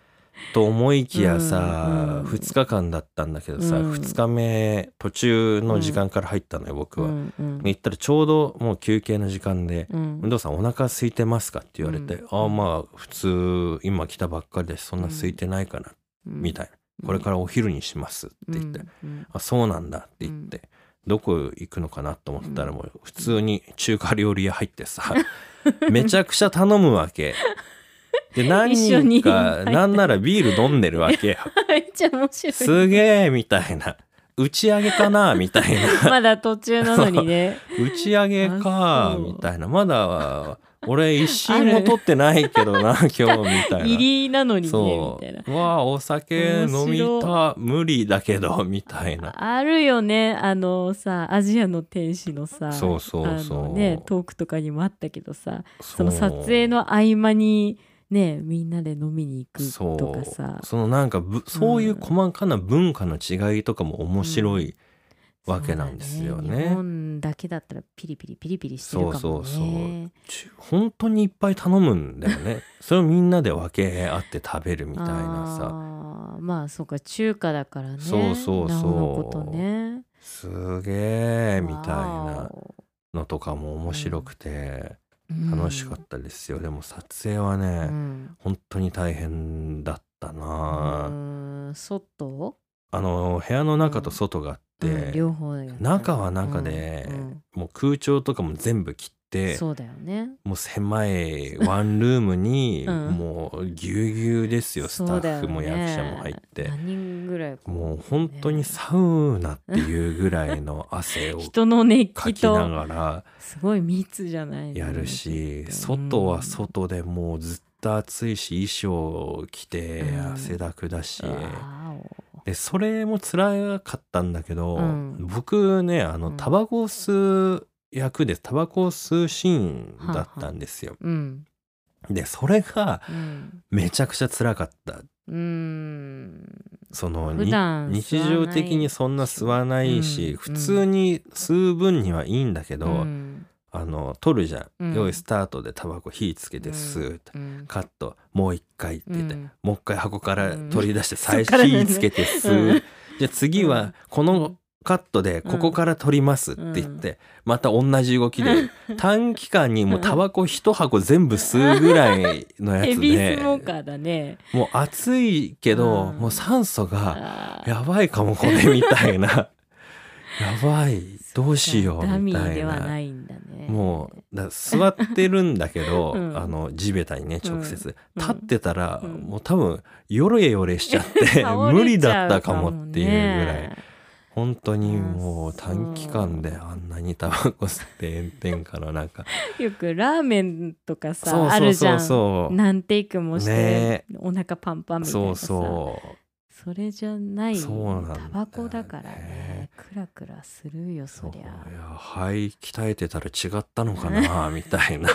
Speaker 1: と思いきやさ、
Speaker 2: うんうん
Speaker 1: 2日間だったんだけどさ、
Speaker 2: うん
Speaker 1: 2日目途中の時間から入ったのよ僕は。
Speaker 2: うんうん
Speaker 1: で行ったらちょうどもう休憩の時間で
Speaker 2: う
Speaker 1: 「
Speaker 2: ん
Speaker 1: 運動さんお腹空いてますか?」って言われて「
Speaker 2: うん
Speaker 1: ああまあ普通今来たばっかりだしそんな空いてないかな」みたいな「これからお昼にします」って言って
Speaker 2: うんうん
Speaker 1: あそうなんだって言って、どこ行くのかなと思ったらもう普通に中華料理屋入っ てさめちゃくちゃ頼むわけで何
Speaker 2: 一緒に
Speaker 1: 人かなんならビール飲んでるわけ よ
Speaker 2: めっちゃ面白い
Speaker 1: すげえみたいな打ち上げかなみたい な
Speaker 2: まだ途中なのにね。
Speaker 1: 打ち上げ
Speaker 2: あ
Speaker 1: か
Speaker 2: そう
Speaker 1: みたいなまだ俺一審も取ってないけどな今日みたいな。
Speaker 2: 入りなのにね
Speaker 1: そ
Speaker 2: みたいな。
Speaker 1: うわあお酒飲み
Speaker 2: 面
Speaker 1: た無理だけどみたいな
Speaker 2: あるよねあのさアジアの天使のさ
Speaker 1: そうそうそう
Speaker 2: あの、ね、トークとかにもあったけどさその撮影の合間にねみんなで飲みに行くとかさ
Speaker 1: そうそのなんかぶそういう細かな文化の違いとかも面白いわけなんですよ
Speaker 2: そうだ
Speaker 1: ね。
Speaker 2: 日本だけだったらピリピリピリピリしてるかもね
Speaker 1: そうそうそうち本当にいっぱい頼むんだよね。それをみんなで分け合って食べるみたいなさ。
Speaker 2: あーまあそうか中華だからね
Speaker 1: そうそうそう
Speaker 2: なおのことね
Speaker 1: すげえみたい
Speaker 2: わ
Speaker 1: な
Speaker 2: お
Speaker 1: のとかも面白くて、
Speaker 2: うん
Speaker 1: 楽しかったですよ、でも撮影はね、
Speaker 2: うん
Speaker 1: 本当に大変だったな、
Speaker 2: うん外
Speaker 1: あの部屋の中と外があって、
Speaker 2: うん両方やったね
Speaker 1: 中は中で、
Speaker 2: うん
Speaker 1: もう空調とかも全部切っ
Speaker 2: うん
Speaker 1: て
Speaker 2: そうだよね
Speaker 1: もう狭いワンルームに
Speaker 2: うん
Speaker 1: もうぎゅうぎゅうですよ、スタ
Speaker 2: そうだよ
Speaker 1: ッフ
Speaker 2: ね
Speaker 1: も役者も入って、
Speaker 2: 何人ぐらいこ
Speaker 1: もう本当にサウナっていうぐらいの汗を
Speaker 2: 人の熱
Speaker 1: か
Speaker 2: 気
Speaker 1: きな
Speaker 2: と
Speaker 1: がら
Speaker 2: すごい密じゃない
Speaker 1: やるし
Speaker 2: うん
Speaker 1: 外は外でもうずっと暑いし衣装着て
Speaker 2: うん
Speaker 1: 汗だくだし、
Speaker 2: わ
Speaker 1: でそれも辛かったんだけど、
Speaker 2: うん
Speaker 1: 僕ねあ
Speaker 2: う
Speaker 1: の
Speaker 2: ん
Speaker 1: タバコを吸う役でタバコを吸うシーンだったんですよ。
Speaker 2: おうん
Speaker 1: でそれが
Speaker 2: うん
Speaker 1: めちゃくちゃ辛かった
Speaker 2: うん
Speaker 1: その
Speaker 2: 普
Speaker 1: に
Speaker 2: 段
Speaker 1: 日常的にそんな吸わないし、
Speaker 2: うん
Speaker 1: 普通に吸う分にはいいんだけど、
Speaker 2: うん
Speaker 1: あの取るじゃん、
Speaker 2: うん
Speaker 1: 用意スタートでタバコ火つけて吸う、
Speaker 2: うん
Speaker 1: カットもう一回って言って、
Speaker 2: うん
Speaker 1: もう一回箱から取り出して
Speaker 2: う
Speaker 1: 再
Speaker 2: んそっからだね
Speaker 1: 火つけて吸う、
Speaker 2: うん
Speaker 1: じゃあ次
Speaker 2: う
Speaker 1: は
Speaker 2: ん
Speaker 1: このカットでここから取りますって言って、また同じ動きで短期間にもうタバコ一箱全部吸うぐらいのや
Speaker 2: ヘ
Speaker 1: つ
Speaker 2: ビースモーカ
Speaker 1: で
Speaker 2: ーだね
Speaker 1: もう暑いけど、
Speaker 2: うん
Speaker 1: もう酸素が
Speaker 2: あー
Speaker 1: やばいかもこれみ たいなやばいどうしよう
Speaker 2: ダミ
Speaker 1: みた
Speaker 2: ー
Speaker 1: い
Speaker 2: では
Speaker 1: な。
Speaker 2: ないんだね
Speaker 1: もうだ座ってるんだけど、
Speaker 2: うん
Speaker 1: あの地べたにね直接、
Speaker 2: うん
Speaker 1: 立ってたら、
Speaker 2: うん
Speaker 1: もう多分よれよれしちゃって 無理だったかもっていうぐらい、本当にもう短期間であんなにタバコ吸って炎天下の中
Speaker 2: いよくラーメンとか さ
Speaker 1: そう
Speaker 2: あ
Speaker 1: そう
Speaker 2: るじ
Speaker 1: そ
Speaker 2: ゃ
Speaker 1: うんそう
Speaker 2: 何テイクもして、
Speaker 1: ね
Speaker 2: お腹パンパンみたい
Speaker 1: そ
Speaker 2: な
Speaker 1: う
Speaker 2: さ
Speaker 1: そう
Speaker 2: それじゃない
Speaker 1: そうなんだよね
Speaker 2: タバコだからねクラクラするよ
Speaker 1: そ
Speaker 2: そうり
Speaker 1: いや
Speaker 2: ゃ
Speaker 1: 肺鍛えてたら違ったのかなみたいなっ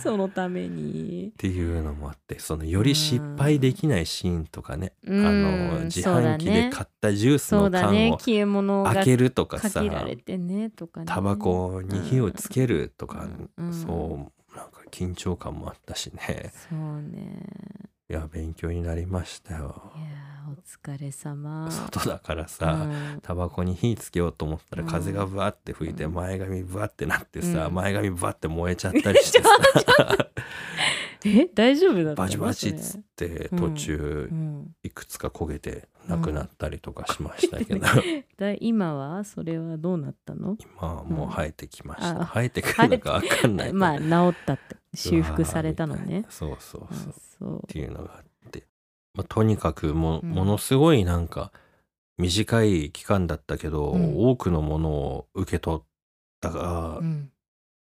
Speaker 2: そのために
Speaker 1: ていうのもあってそのより失敗できないシーンとかね、あ
Speaker 2: う
Speaker 1: の
Speaker 2: ん
Speaker 1: 自
Speaker 2: そうだ
Speaker 1: 販機で
Speaker 2: ね
Speaker 1: 買ったジュース
Speaker 2: そ
Speaker 1: の
Speaker 2: うだね
Speaker 1: 缶を
Speaker 2: 消え物が
Speaker 1: 開けるとかさ
Speaker 2: 限られてねとかね
Speaker 1: タバコに火をつけるとか、
Speaker 2: うん
Speaker 1: そうなんか緊張感もあったしね
Speaker 2: そうね
Speaker 1: いや勉強になりましたよ
Speaker 2: いやーお疲れ様
Speaker 1: 外だから
Speaker 2: う
Speaker 1: さ、
Speaker 2: ん
Speaker 1: タバコに火つけようと思ったら
Speaker 2: うん
Speaker 1: 風がブワって吹いて
Speaker 2: うん
Speaker 1: 前髪ブワってなってさ、
Speaker 2: うん
Speaker 1: 前髪ブワって燃えちゃったり してさ
Speaker 2: え大丈夫だったの
Speaker 1: バチバチっ
Speaker 2: そ
Speaker 1: つっ
Speaker 2: れ
Speaker 1: て
Speaker 2: うん
Speaker 1: 途中
Speaker 2: うん
Speaker 1: いくつか焦げてなくなったりとかしましたけど、
Speaker 2: だ今はそれはどうなったの
Speaker 1: 今はもう生えてきました、
Speaker 2: うんあ
Speaker 1: 生えてくるのかわかんないけ ど
Speaker 2: まあ治ったって修復されたのね
Speaker 1: うわーみたいなそうそうそう
Speaker 2: あそ
Speaker 1: っていうのがあって、まあ、とにかくも,、
Speaker 2: うん
Speaker 1: ものすごいなんか短い期間だったけど、
Speaker 2: うん
Speaker 1: 多くのものを受け取ったが、
Speaker 2: ううん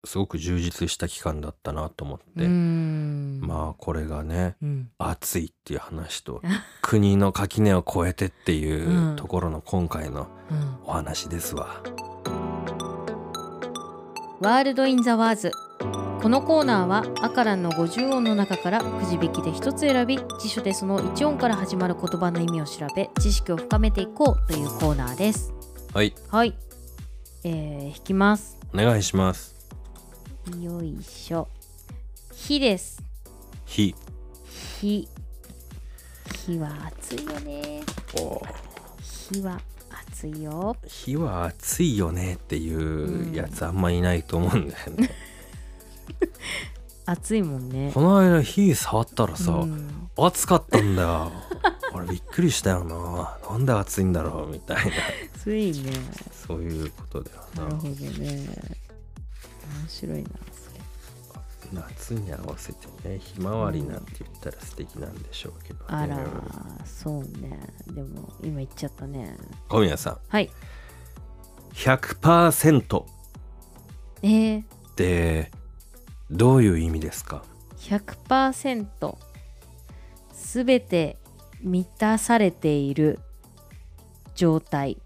Speaker 1: すごく充実した期間だったなと思って、
Speaker 2: うん
Speaker 1: まあこれがね
Speaker 2: うん
Speaker 1: 暑いっていう話 と国の垣根を越えてっていううんところの今回の
Speaker 2: うん
Speaker 1: お話ですわ。
Speaker 2: ワールドインザワーズこのコーナーはアカランの50音の中からくじ引きで一つ選び辞書でその1音から始まる言葉の意味を調べ知識を深めていこうというコーナーです
Speaker 1: はい
Speaker 2: はいえー、引きます
Speaker 1: お願いします。
Speaker 2: よいしょ火です
Speaker 1: 火
Speaker 2: 火火は暑いよね
Speaker 1: おー
Speaker 2: 火は暑いよ
Speaker 1: 火は暑いよねっていうやつあんまいないと思うんだよ ね。
Speaker 2: 暑いもんね
Speaker 1: この間火触ったらさ、
Speaker 2: ん
Speaker 1: 暑かったんだよ 俺びっくりしたよななんで暑いんだろうみたいな
Speaker 2: 暑いね
Speaker 1: そういうことだよ
Speaker 2: なる
Speaker 1: な
Speaker 2: ほどね面白いなそれ
Speaker 1: 夏に合わせてねひまわりなんて言ったら素敵なんでしょうけど、ね、
Speaker 2: あら、そうね。でも、今言っちゃったね。
Speaker 1: 小宮さん
Speaker 2: はい。
Speaker 1: 100%っ
Speaker 2: えー、
Speaker 1: てどういう意味ですか
Speaker 2: 100%すべて満たされている状態。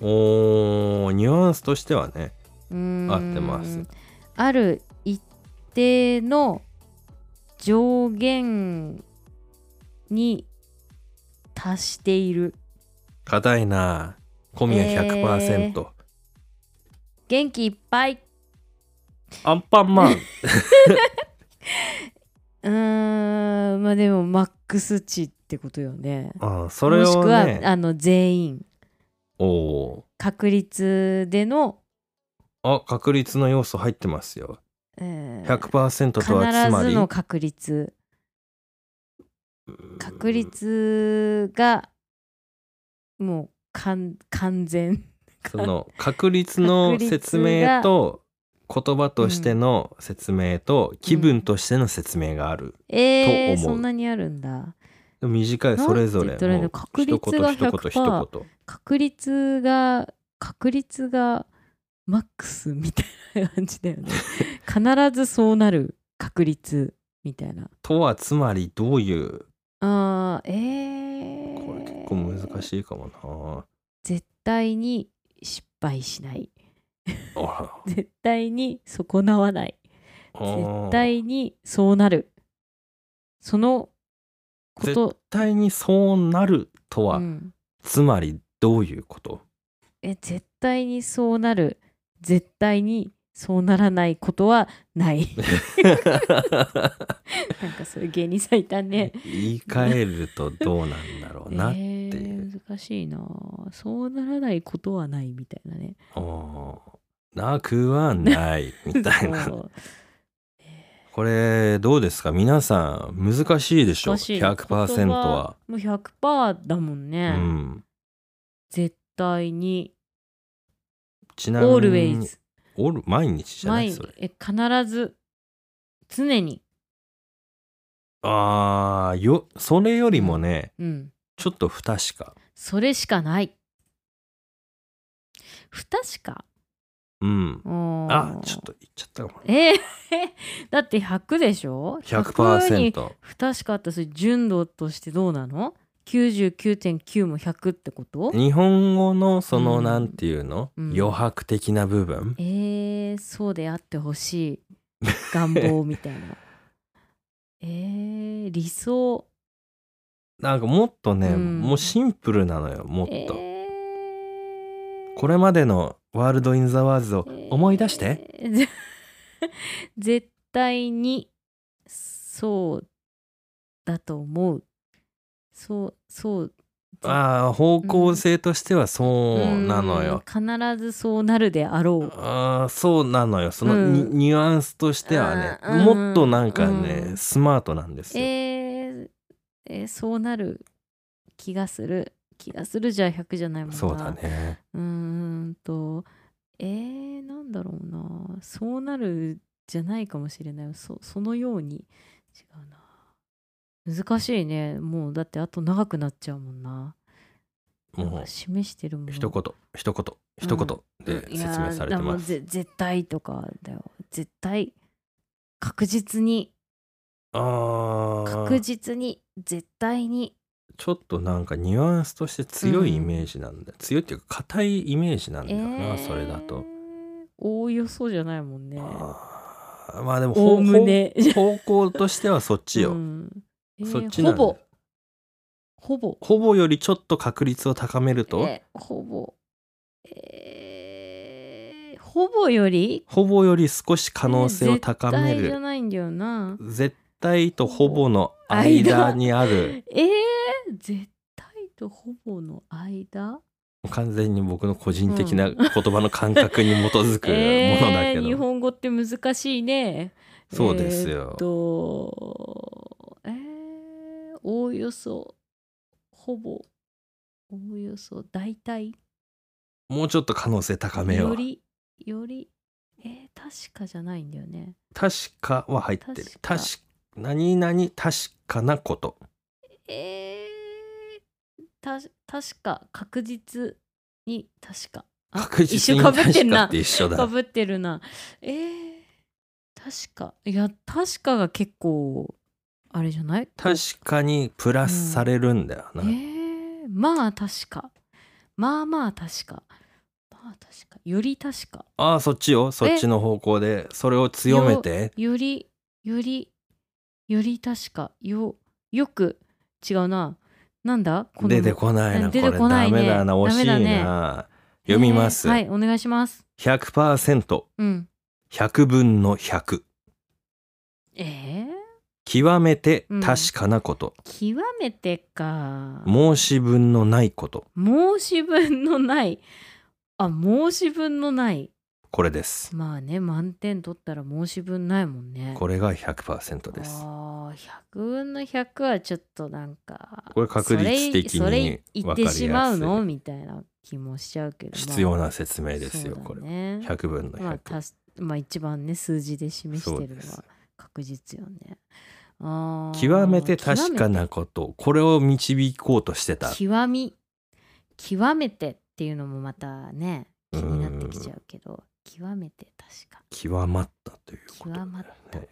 Speaker 1: おーニュアンスとしてはね
Speaker 2: うーん
Speaker 1: 合ってます。
Speaker 2: ある一定の上限に達している。
Speaker 1: 硬いな小宮100%、
Speaker 2: 元気いっぱい。
Speaker 1: アンパン マン
Speaker 2: うーん、まあでも、マックス値ってことよね。
Speaker 1: あそれ
Speaker 2: もし
Speaker 1: を
Speaker 2: く
Speaker 1: ね
Speaker 2: はあの全員
Speaker 1: おー
Speaker 2: 確率での
Speaker 1: あ確率の要素入ってますよ
Speaker 2: えー
Speaker 1: 100%とはつま
Speaker 2: 必ず
Speaker 1: り
Speaker 2: の確率
Speaker 1: うん
Speaker 2: 確率がもう完完全
Speaker 1: その確率の説明と言葉としての説明と気分としての説明がある、
Speaker 2: えー、
Speaker 1: と思う
Speaker 2: そんなにあるんだ
Speaker 1: でも短い
Speaker 2: なん
Speaker 1: それぞ
Speaker 2: て
Speaker 1: れ
Speaker 2: 言ったらいいの
Speaker 1: もう
Speaker 2: 確率が
Speaker 1: 一言一言一言
Speaker 2: 確率が確率がマックスみたいな感じだよ ね必ずそうなる確率みたいな
Speaker 1: とはつまりどういう
Speaker 2: あーえー、
Speaker 1: これ結構難しいかも
Speaker 2: 絶対に失敗しない
Speaker 1: な、あ
Speaker 2: 絶対に損なわない
Speaker 1: ら
Speaker 2: 絶
Speaker 1: うん
Speaker 2: 対にそうなるそのこと
Speaker 1: 絶対にそうなるとは、
Speaker 2: うん、
Speaker 1: つまりどういうこと
Speaker 2: え絶対にそうなる絶対にそうならないことはない なんかそういう芸人さんいた ね
Speaker 1: 言い換えるとどうなんだろうな、
Speaker 2: えー難しいなそうならないことはないみたいなね
Speaker 1: うんなくはないみたいな
Speaker 2: そう
Speaker 1: これどうですか皆さん難しいでしょ
Speaker 2: 難しいな
Speaker 1: 100%は、
Speaker 2: もう100%だもん
Speaker 1: う
Speaker 2: ね、
Speaker 1: ん、
Speaker 2: 絶対に
Speaker 1: ちなみに
Speaker 2: always
Speaker 1: オール毎日じゃない
Speaker 2: 毎
Speaker 1: それ
Speaker 2: え必ず常に
Speaker 1: あーよそれよりもね、
Speaker 2: うん
Speaker 1: ちょっと不確か
Speaker 2: それしかない不確か
Speaker 1: うんあ
Speaker 2: あ
Speaker 1: ちょっと言っちゃったかも
Speaker 2: えー だって100でしょ100に
Speaker 1: 100%
Speaker 2: 不確かってそれ純度としてどうなの ?99.9 も100ってこと
Speaker 1: 日本語のそ
Speaker 2: う
Speaker 1: の
Speaker 2: ん
Speaker 1: なんていうの、
Speaker 2: うん
Speaker 1: 余白的な部分
Speaker 2: えー、そうであってほ しい願望みたいなえー、理想
Speaker 1: なんかもっとね、
Speaker 2: うん
Speaker 1: もうシンプルなのよもっと、
Speaker 2: えー
Speaker 1: これまでのワールド・イン・ザ・ワールドを思い出して、
Speaker 2: えーぜ 絶対にそうだと思うそうそうー
Speaker 1: ああ方向性としてはそうなのよ、
Speaker 2: うん必ずそうなるであろう
Speaker 1: あーそうなのよその
Speaker 2: うん
Speaker 1: ニ,、ュアンスとしてはね、
Speaker 2: あーうん
Speaker 1: もっとなんかね、
Speaker 2: うん
Speaker 1: スマートなんです
Speaker 2: え
Speaker 1: よ、
Speaker 2: ーえーそうなる気がする気がするじゃ100じゃないもんな
Speaker 1: そうだね
Speaker 2: うーんとえー、なんだろうなそうなるじゃないかもしれないそそのように違うな難しいねもうだってあと長くなっちゃうもんな
Speaker 1: も
Speaker 2: 示してるも
Speaker 1: うん一言一言一言で
Speaker 2: いや
Speaker 1: 説明
Speaker 2: ー
Speaker 1: されて
Speaker 2: だもん
Speaker 1: ます、
Speaker 2: ぜ絶対とかだよ絶対確実に
Speaker 1: ああ
Speaker 2: 確実に絶対に
Speaker 1: ちょっとなんかニュアンスとして強いイメージなんだ、強いっていうか硬いイメージなんだよな、それだと。
Speaker 2: おおよそじゃないもんね
Speaker 1: あーまあでも
Speaker 2: お
Speaker 1: 方
Speaker 2: お
Speaker 1: 向
Speaker 2: むね
Speaker 1: 方向としてはそっちよ、
Speaker 2: うんえー
Speaker 1: そっちなんだ
Speaker 2: ほぼほぼ
Speaker 1: ほぼよりちょっと確率を高めると、
Speaker 2: えーほぼえーほぼより
Speaker 1: ほぼより少し可能性を高
Speaker 2: え
Speaker 1: め
Speaker 2: ー絶対じゃ
Speaker 1: る、
Speaker 2: ないんだよな
Speaker 1: 絶対とほぼの間にある
Speaker 2: えー、絶対とほぼの間
Speaker 1: 完全に僕の個人的な言葉の感覚に基づくものだ け
Speaker 2: えー
Speaker 1: ど、
Speaker 2: 日本語って難しいね
Speaker 1: そうですよ
Speaker 2: えーっとえーおおよそほぼおおよそ大体
Speaker 1: もうちょっと可能性高めよ
Speaker 2: よ
Speaker 1: う
Speaker 2: りよりえー確かじゃないんだよね
Speaker 1: 確かは入ってる
Speaker 2: 確か
Speaker 1: 確か何々確かなこと
Speaker 2: えー、たし確か確実に確かあ
Speaker 1: 確実に
Speaker 2: 一緒かぶって
Speaker 1: 確
Speaker 2: ん
Speaker 1: かっ
Speaker 2: な
Speaker 1: て一緒だ
Speaker 2: かぶってるなえー、確かいや確かが結構あれじゃない
Speaker 1: 確かにプラスされるんだよな、
Speaker 2: えー、まあ確かまあまあ確かまあ確かより確か
Speaker 1: ああそっちよそっちの方向でそれを強めて
Speaker 2: よりよりより確かよよく違うななんだこの
Speaker 1: 出てこないな
Speaker 2: 出て
Speaker 1: これ
Speaker 2: こないね
Speaker 1: ダメだな惜しい
Speaker 2: ダ
Speaker 1: な、
Speaker 2: メだね
Speaker 1: 読みます、
Speaker 2: えーはいお願いします
Speaker 1: 100%100
Speaker 2: うん
Speaker 1: 分の100
Speaker 2: えー、
Speaker 1: 極めて
Speaker 2: うん
Speaker 1: 確かなこと、
Speaker 2: 極めてか
Speaker 1: 申し分のないこと
Speaker 2: 申し分のないあ申し分のない
Speaker 1: これです
Speaker 2: まあね満点取ったら申し分ないもんね
Speaker 1: これが100%です
Speaker 2: あー100分の100はちょっとなんか
Speaker 1: これ確率的に
Speaker 2: それそれ言ってしまう
Speaker 1: わかりや
Speaker 2: の
Speaker 1: すい
Speaker 2: みたいな気もしちゃうけど
Speaker 1: 必要な説明ですよ、
Speaker 2: そうだ
Speaker 1: これ
Speaker 2: ね
Speaker 1: 100分の
Speaker 2: まあ、
Speaker 1: 100、
Speaker 2: たすまあ一番ね数字で示してるの
Speaker 1: そう
Speaker 2: は確実よね。あー
Speaker 1: 極めて確かなことこれを導こうとしてた
Speaker 2: 極め極み極めてっていうのもまたね気になってきちゃうけど極めて確か
Speaker 1: 極まったということだよ
Speaker 2: 極ま
Speaker 1: ね
Speaker 2: った確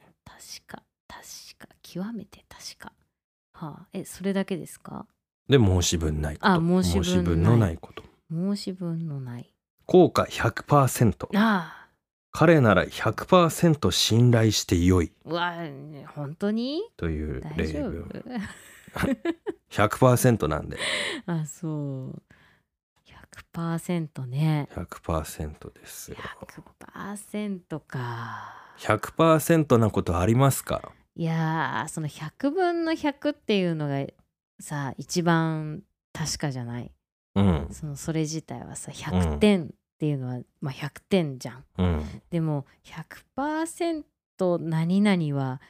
Speaker 2: か確か極めて確か。はあ、えそれだけですか
Speaker 1: で申し分ないこと
Speaker 2: あ申し分ない
Speaker 1: のないこと
Speaker 2: 申し分のない。
Speaker 1: 効果
Speaker 2: あ
Speaker 1: 100%
Speaker 2: あ
Speaker 1: 彼なら100%信頼してよいう
Speaker 2: わ本当に
Speaker 1: という
Speaker 2: 大
Speaker 1: 例
Speaker 2: 丈
Speaker 1: 文
Speaker 2: 夫
Speaker 1: 100%なんで
Speaker 2: あそう100%ね
Speaker 1: 100%ですよ
Speaker 2: 100%か
Speaker 1: 100%なことありますか
Speaker 2: いやーその100分の100っていうのがさ一番確かじゃない
Speaker 1: うん
Speaker 2: そのそれ自体はさ100点っていうのは、まあ100点じゃん
Speaker 1: うん
Speaker 2: でも100%何々は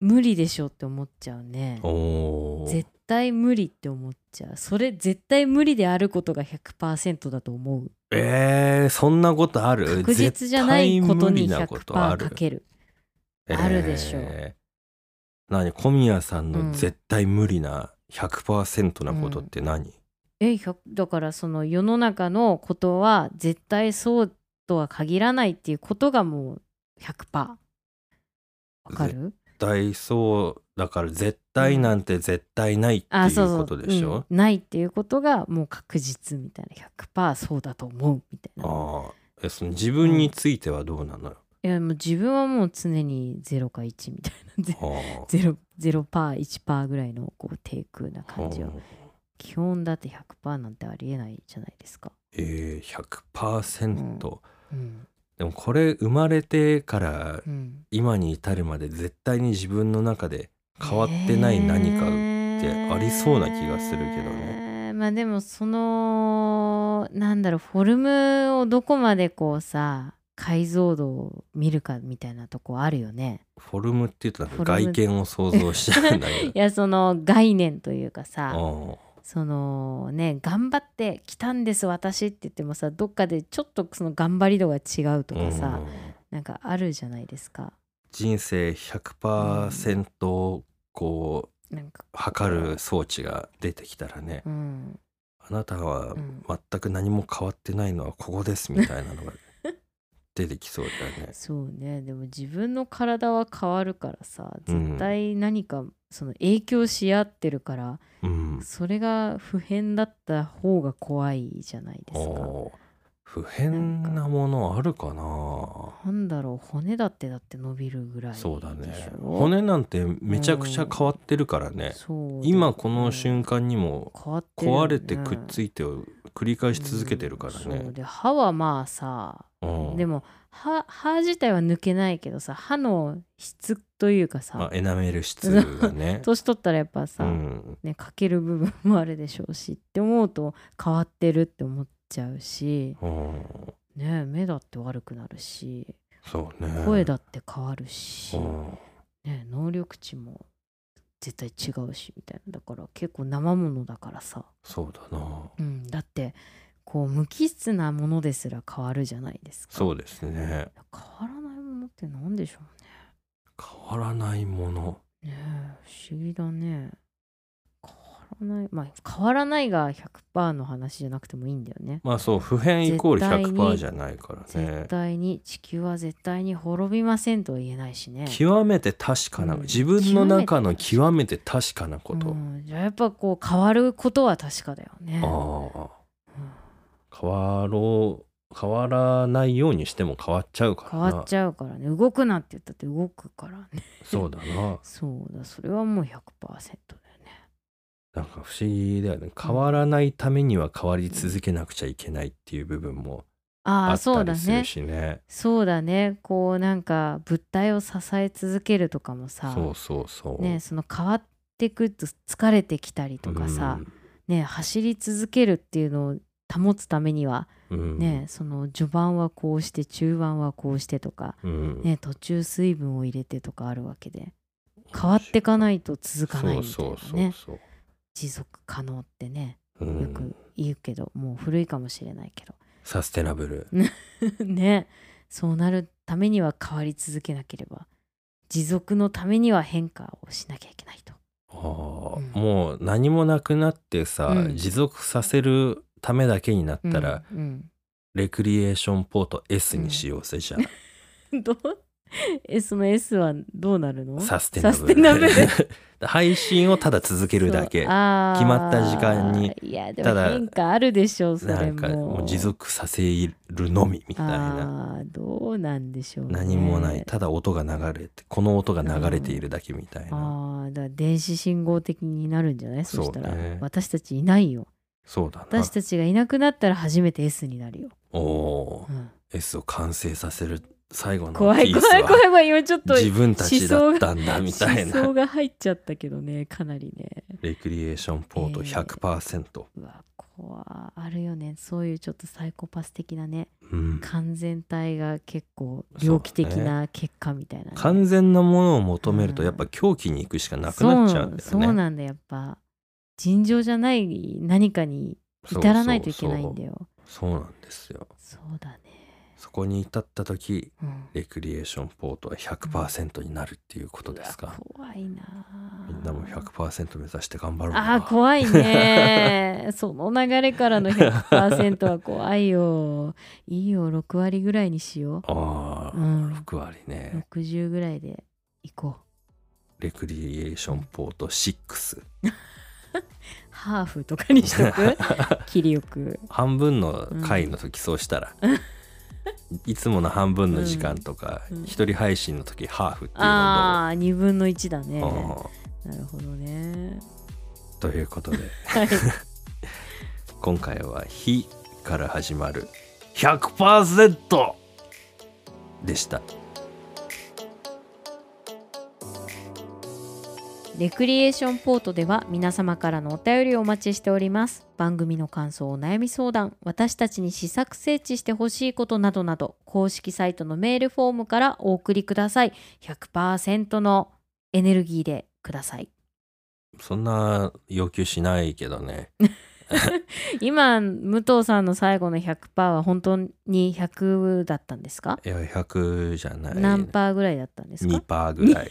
Speaker 2: 無理でしょって思っちゃうね
Speaker 1: おー
Speaker 2: 絶対無理って思っちゃうそれ絶対無理であることが100%だと思う
Speaker 1: えー、そんなことある
Speaker 2: 確実じゃないことに
Speaker 1: 絶対無理なこと
Speaker 2: 100%
Speaker 1: ある
Speaker 2: かけるあるでしょう
Speaker 1: えー何小宮さん
Speaker 2: う
Speaker 1: の
Speaker 2: ん
Speaker 1: 絶対無理な100%なことって何、
Speaker 2: え100だからその世の中のことは絶対そうとは限らないっていうことがもう100%わかる
Speaker 1: 絶対そうだから絶対なんて絶対ないって
Speaker 2: あ
Speaker 1: い
Speaker 2: そう
Speaker 1: う
Speaker 2: そ
Speaker 1: こ
Speaker 2: う
Speaker 1: とでしょ
Speaker 2: うんないっていうことがもう確実みたいな100%そうだと思うみたいな
Speaker 1: ああえその自分についてはどうなのよ、
Speaker 2: いやもう自分はもう常に0か1みたいな ぜ
Speaker 1: あ
Speaker 2: 0 0%パー1%パーぐらいのこう低空な
Speaker 1: あ
Speaker 2: 感じは基本だって100%なんてありえないじゃないですか、
Speaker 1: えー、100%、
Speaker 2: うん
Speaker 1: でもこれ生まれてから
Speaker 2: うん、
Speaker 1: 今に至るまで絶対に自分の中で変わってない何かってありそうな気がするけどね
Speaker 2: えーまあでもそのなんだろうフォルムをどこまでこうさ解像度を見るかみたいなとこあるよね。
Speaker 1: フォルムっていうとなん
Speaker 2: フ
Speaker 1: か
Speaker 2: ォルム
Speaker 1: 外見を想像しちゃうんだけど
Speaker 2: いやその概念というか
Speaker 1: あ
Speaker 2: さ
Speaker 1: ー
Speaker 2: そのね頑張ってきたんです私って言ってもさどっかでちょっとその頑張り度が違うとかさ、
Speaker 1: うん
Speaker 2: なんかあるじゃないですか。
Speaker 1: 人生100%こう
Speaker 2: なんか
Speaker 1: 測る装置が出てきたらね、
Speaker 2: うん
Speaker 1: あなたは
Speaker 2: うん
Speaker 1: 全く何も変わってないのはここですみたいなのが出てきそうだよね。
Speaker 2: そうねでも自分の体は変わるからさ
Speaker 1: うん
Speaker 2: 絶対何かその影響し合ってるから、
Speaker 1: うん、
Speaker 2: それが不変だった方が怖いじゃないですか。
Speaker 1: おー不変なものあるかな
Speaker 2: なんだろう骨だってだって伸びるぐらいでしょ
Speaker 1: そうだね骨なんてめちゃくちゃ変わってるからね、
Speaker 2: そう
Speaker 1: 今この瞬間にも
Speaker 2: 変わってるよね
Speaker 1: 壊れてくっついてを繰り返し続けてるから
Speaker 2: うんそう
Speaker 1: ね。
Speaker 2: で歯はまあさ、
Speaker 1: うん
Speaker 2: でも歯歯自体は抜けないけどさ歯の質というかさ、。
Speaker 1: まあ、エナメル質がね
Speaker 2: 年取ったらやっぱさ、
Speaker 1: うん
Speaker 2: ね、欠ける部分もあるでしょうしって思うと変わってるって思っちゃうし、
Speaker 1: うん
Speaker 2: ね、目だって悪くなるし
Speaker 1: そうね。
Speaker 2: 声だって変わるし、
Speaker 1: うん
Speaker 2: ね、能力値も絶対違うしみたいなだから結構生ものだからさ、
Speaker 1: そうだな。
Speaker 2: うん、だってこう無機質なものですら変わるじゃないですか
Speaker 1: そうですね。
Speaker 2: 変わらないものって何でしょ
Speaker 1: 変わらないもの。
Speaker 2: うねねえ不思議だね変わらないまあ変わらないが100%の話じゃなくてもいいんだよね
Speaker 1: まあそう、普遍イコール
Speaker 2: 絶対に
Speaker 1: 100%じゃないから
Speaker 2: 絶
Speaker 1: ね。
Speaker 2: 対に地球は絶対に滅びませんとは言えないしね。
Speaker 1: 極めて確かな、
Speaker 2: うん
Speaker 1: 自分の中の極めて確かなこと。
Speaker 2: うんじゃあやっぱこう変わることは確かだよね。
Speaker 1: ああ。変わろう、変わらないようにしても変わっちゃうから
Speaker 2: 変
Speaker 1: な。
Speaker 2: わっちゃうからね動くなって言ったって動くからね。
Speaker 1: そうだな。
Speaker 2: そうだそれはもう100%だよね。
Speaker 1: なんか不思議だよね。変わらないためには変わり続けなくちゃいけないっていう部分も
Speaker 2: あ
Speaker 1: あ
Speaker 2: あ
Speaker 1: っ
Speaker 2: そ
Speaker 1: た
Speaker 2: うだ
Speaker 1: りする
Speaker 2: ね。
Speaker 1: しね。
Speaker 2: そうだねこうなんか物体を支え続けるとかもさ
Speaker 1: そうそうそう。
Speaker 2: ね、その変わってくと疲れてきたりとかさ、
Speaker 1: うん
Speaker 2: ね、走り続けるっていうのを保つためには
Speaker 1: うん
Speaker 2: ね、その序盤はこうして中盤はこうしてとか、
Speaker 1: うん
Speaker 2: ね、途中水分を入れてとかあるわけで変わっていかないと続かないみたいな
Speaker 1: そう
Speaker 2: ね
Speaker 1: そうそうそう
Speaker 2: 持続可能ってね
Speaker 1: うん
Speaker 2: よく言うけど、もう古いかもしれないけ
Speaker 1: サステナブル
Speaker 2: ど ねそうなるためには変わり続けなければ持続のためには変化をしなきゃいけないと。
Speaker 1: あー
Speaker 2: うん
Speaker 1: もう何もなくなってさ、
Speaker 2: うん
Speaker 1: 持続させるためだけになっ
Speaker 2: うん
Speaker 1: たら、
Speaker 2: うん
Speaker 1: レクリエーションポート S にしようぜ、じゃ
Speaker 2: どうえその S はどうなるの
Speaker 1: あサステナ
Speaker 2: サ
Speaker 1: ブ
Speaker 2: ステ
Speaker 1: ル
Speaker 2: ナ ブル
Speaker 1: 配信をただ続けるだけ
Speaker 2: そうあー
Speaker 1: 決まった時間に
Speaker 2: いやで
Speaker 1: た
Speaker 2: も
Speaker 1: だ
Speaker 2: 変化あるでしょうそ
Speaker 1: な
Speaker 2: れ
Speaker 1: んかも
Speaker 2: も
Speaker 1: う持続させるのみみたいな
Speaker 2: あーどうなんでしょう、ね、
Speaker 1: 何もないただ音が流れてこの音が流れているだけみたいな、
Speaker 2: あーだから電子信号的になるんじゃないそしたら、
Speaker 1: そうね
Speaker 2: 私たちいないよ
Speaker 1: そうだな
Speaker 2: 私たちがいなくなったら初めて S になるよ、
Speaker 1: おお
Speaker 2: う
Speaker 1: ー、
Speaker 2: ん
Speaker 1: S を完成させる最後の
Speaker 2: 怖い
Speaker 1: ピース
Speaker 2: 怖い
Speaker 1: は
Speaker 2: 怖い怖い今ちょっと
Speaker 1: 自分たちだったんだみ
Speaker 2: 思
Speaker 1: たいな
Speaker 2: 想が入っちゃったけどねかなりね
Speaker 1: レクリエーションポート
Speaker 2: えー
Speaker 1: 100%、
Speaker 2: うわ怖いあるよねそういうちょっとサイコパス的なね
Speaker 1: うん、
Speaker 2: 完全体が結構猟奇的な結果みたいなね、
Speaker 1: 完全なものを求めると
Speaker 2: うん
Speaker 1: やっぱ狂気に行くしかなくなっちゃうんだ
Speaker 2: そ
Speaker 1: よ
Speaker 2: うそう
Speaker 1: ね。
Speaker 2: なんだやっぱ尋常じゃない何かに至らないといけないんだ
Speaker 1: よ。
Speaker 2: よ
Speaker 1: そうなんですよ。
Speaker 2: そうだね、
Speaker 1: そこに至った時
Speaker 2: うん、
Speaker 1: レクリエーションポートは100%になるっていうことですか。
Speaker 2: うわ怖いな
Speaker 1: みんなも100%目指して頑張ろうな。
Speaker 2: あー怖い ねその流れからの100%は怖いよいいよ6割ぐらいにしよ
Speaker 1: あー、
Speaker 2: うん
Speaker 1: 6割ね、
Speaker 2: う60ぐらいで行こ
Speaker 1: レクリエーションポート6。
Speaker 2: うハーフとかにしと く切りよく
Speaker 1: 半分の回の時そうしたら、いつもの半分の時間とか、
Speaker 2: うんうん
Speaker 1: 一人配信の時ハーフっていうの
Speaker 2: ああ2分の1だね
Speaker 1: をどう、
Speaker 2: なるほどね
Speaker 1: うんということで
Speaker 2: はい
Speaker 1: 今回は「日」から始まる100%でした
Speaker 2: レクリエーションポートでは皆様からのお便りをお待ちしております。番組の感想、お悩み相談、私たちに試作整地してほしいことなどなど、公式サイトのメールフォームからお送りください。100%のエネルギーでください。
Speaker 1: そんな要求しないけどね
Speaker 2: 今、武藤さんの最後の100%は本当に100だったんですか、
Speaker 1: いや100じゃない
Speaker 2: 何パーぐらいだったんです
Speaker 1: 2
Speaker 2: か
Speaker 1: パーぐらい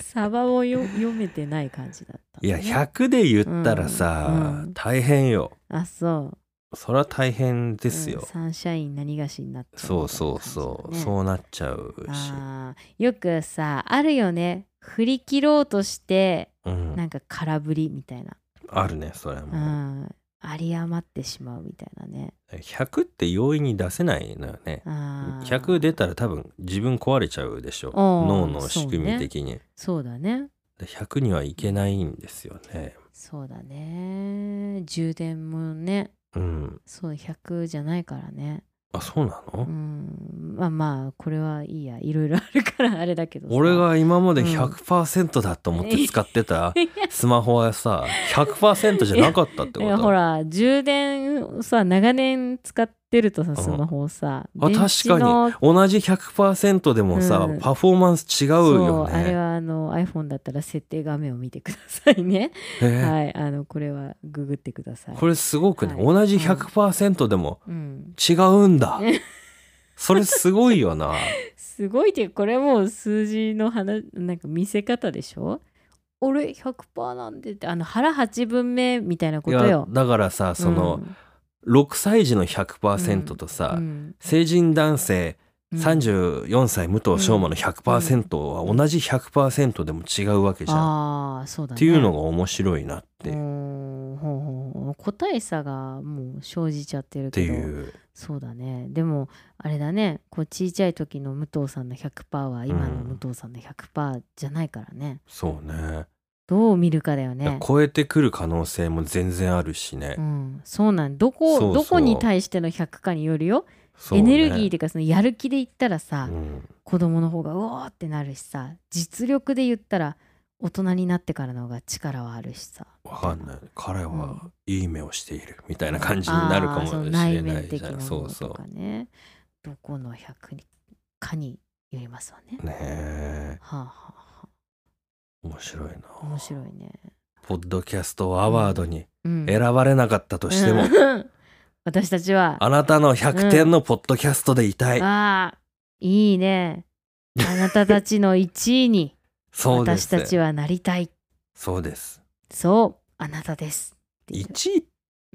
Speaker 2: サバをよ読めてない感じだったん
Speaker 1: い
Speaker 2: だ
Speaker 1: や
Speaker 2: ね、
Speaker 1: 100で言ったらさ、
Speaker 2: うんうん
Speaker 1: 大変よ
Speaker 2: あ、そう。
Speaker 1: それは大変です
Speaker 2: うん
Speaker 1: よ、
Speaker 2: サンシャイン何がしになっちゃう
Speaker 1: そうそうそう、
Speaker 2: みたいな感じだね
Speaker 1: そうなっちゃうし、
Speaker 2: あーよくさあるよね振り切ろうとして
Speaker 1: うん
Speaker 2: なんか空振りみたいな、
Speaker 1: あるねそれ
Speaker 2: う
Speaker 1: も、
Speaker 2: ん有り余ってしまうみたいなね
Speaker 1: 100って容易に出せないのよね
Speaker 2: あー
Speaker 1: 100出たら多分自分壊れちゃうでしょ
Speaker 2: あー
Speaker 1: 脳の仕組み的に、
Speaker 2: そうだね
Speaker 1: で100にはいけないんですよね
Speaker 2: そうだね充電もね
Speaker 1: うん
Speaker 2: そう100じゃないからね
Speaker 1: あそうなの、
Speaker 2: うんまあまあこれはいいやいろいろあるからあれだけどさ
Speaker 1: 俺が今まで
Speaker 2: うん
Speaker 1: 100%だと思って使ってたスマホはさ100%じゃなかったって
Speaker 2: い
Speaker 1: こ
Speaker 2: やほ
Speaker 1: と
Speaker 2: ら充電さ長年使ってるとさスマホをさ、
Speaker 1: あ
Speaker 2: 電
Speaker 1: 確
Speaker 2: 池の
Speaker 1: かに同じ100%でもさ、
Speaker 2: うん
Speaker 1: パフォーマンス違うよ
Speaker 2: そうあれ
Speaker 1: ね
Speaker 2: はあの iPhone だったら設定画面を見てくださいね。
Speaker 1: えー
Speaker 2: はい、あのこれはググってください。
Speaker 1: これすごくね、
Speaker 2: はい
Speaker 1: 同じ100%でも
Speaker 2: うん、
Speaker 1: 違うんだ、それすごいよな
Speaker 2: すごいってこれもう数字の話なんか見せ方でしょ俺100%なんでってあの腹8分目みたいな ことよ。
Speaker 1: だからさその、6歳児の100%とさ、
Speaker 2: うんうん
Speaker 1: 成人男性
Speaker 2: うん
Speaker 1: 34歳武藤昌磨の100%は同じ100%でも違うわけじゃん、っ
Speaker 2: ああそうだね。
Speaker 1: ていうのが面白いなって、
Speaker 2: う
Speaker 1: っ
Speaker 2: んほうほうほう答え差がもう生じちゃってる
Speaker 1: て
Speaker 2: けど。
Speaker 1: いう
Speaker 2: そうだねでもあれだねこう小さい時の武藤さんの100%は今の
Speaker 1: うん
Speaker 2: 武藤さんの100%じゃないからね、
Speaker 1: そうね
Speaker 2: どう見るかだよ
Speaker 1: いや
Speaker 2: ね、
Speaker 1: 超えてくる可能性も全然あるしね,
Speaker 2: う、ん、そうなんどこ
Speaker 1: そうそ
Speaker 2: ど
Speaker 1: う
Speaker 2: こに対しての100かによるよ、
Speaker 1: そう
Speaker 2: エ
Speaker 1: ね
Speaker 2: ネルギーというかそのやる気で言ったらさ、
Speaker 1: うん
Speaker 2: 子供の方がうおーってなるしさ実力で言ったら大人になってからの方が力はあるしさ
Speaker 1: わかんない彼
Speaker 2: う
Speaker 1: はいい目をしているみたいな感じになるかも
Speaker 2: あー
Speaker 1: し
Speaker 2: その
Speaker 1: れ
Speaker 2: 内
Speaker 1: な
Speaker 2: 面
Speaker 1: い
Speaker 2: 的
Speaker 1: じゃ
Speaker 2: なんも
Speaker 1: そ
Speaker 2: の
Speaker 1: うそ
Speaker 2: とか
Speaker 1: う
Speaker 2: ねどこの100にかによりますわね
Speaker 1: ねえ
Speaker 2: はあ、はあは
Speaker 1: 面白いな
Speaker 2: あ、面白いね、
Speaker 1: ポッドキャストアワードに
Speaker 2: うん、
Speaker 1: 選ばれなかったとしても、
Speaker 2: うん私たちは
Speaker 1: あなたの100点のポッドキャストでいたい、
Speaker 2: ああいいねあなたたちの1位に
Speaker 1: そうで
Speaker 2: 私
Speaker 1: す
Speaker 2: たちはなりたい
Speaker 1: そうです
Speaker 2: そうあなたですっていう
Speaker 1: 1位って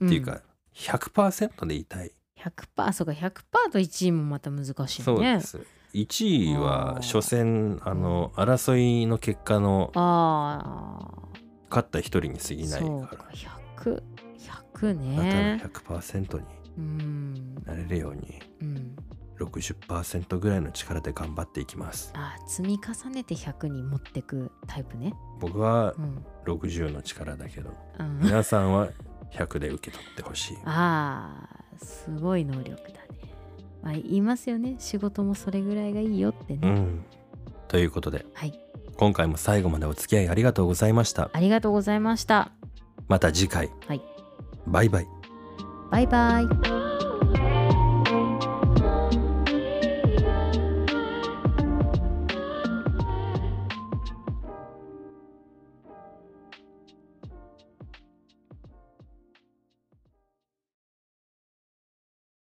Speaker 2: うん
Speaker 1: いうか100%でいたい、
Speaker 2: 100%そうか100%と1位もまた難しいね
Speaker 1: そうです1位は
Speaker 2: あー
Speaker 1: 初戦あの争いの結果の
Speaker 2: ああ
Speaker 1: 勝った一人に過ぎない
Speaker 2: そう
Speaker 1: か
Speaker 2: か100 100
Speaker 1: らあな
Speaker 2: ね
Speaker 1: たの100%に
Speaker 2: うん
Speaker 1: なれるように
Speaker 2: うん
Speaker 1: 60%ぐらいの力で頑張っていきます
Speaker 2: あー積み重ねて100に持ってくタイプね
Speaker 1: 僕は
Speaker 2: うん、
Speaker 1: 60の力だけど
Speaker 2: うん、
Speaker 1: 皆さんは100で受け取ってほしい
Speaker 2: あーすごい能力だね、まあ、言いますよね仕事もそれぐらいがいいよってね、
Speaker 1: うんということで、
Speaker 2: はい
Speaker 1: 今回も最後までお付き合いありがとうございました
Speaker 2: ありがとうございました
Speaker 1: また次回、
Speaker 2: はい
Speaker 1: バイバイ
Speaker 2: バイバイ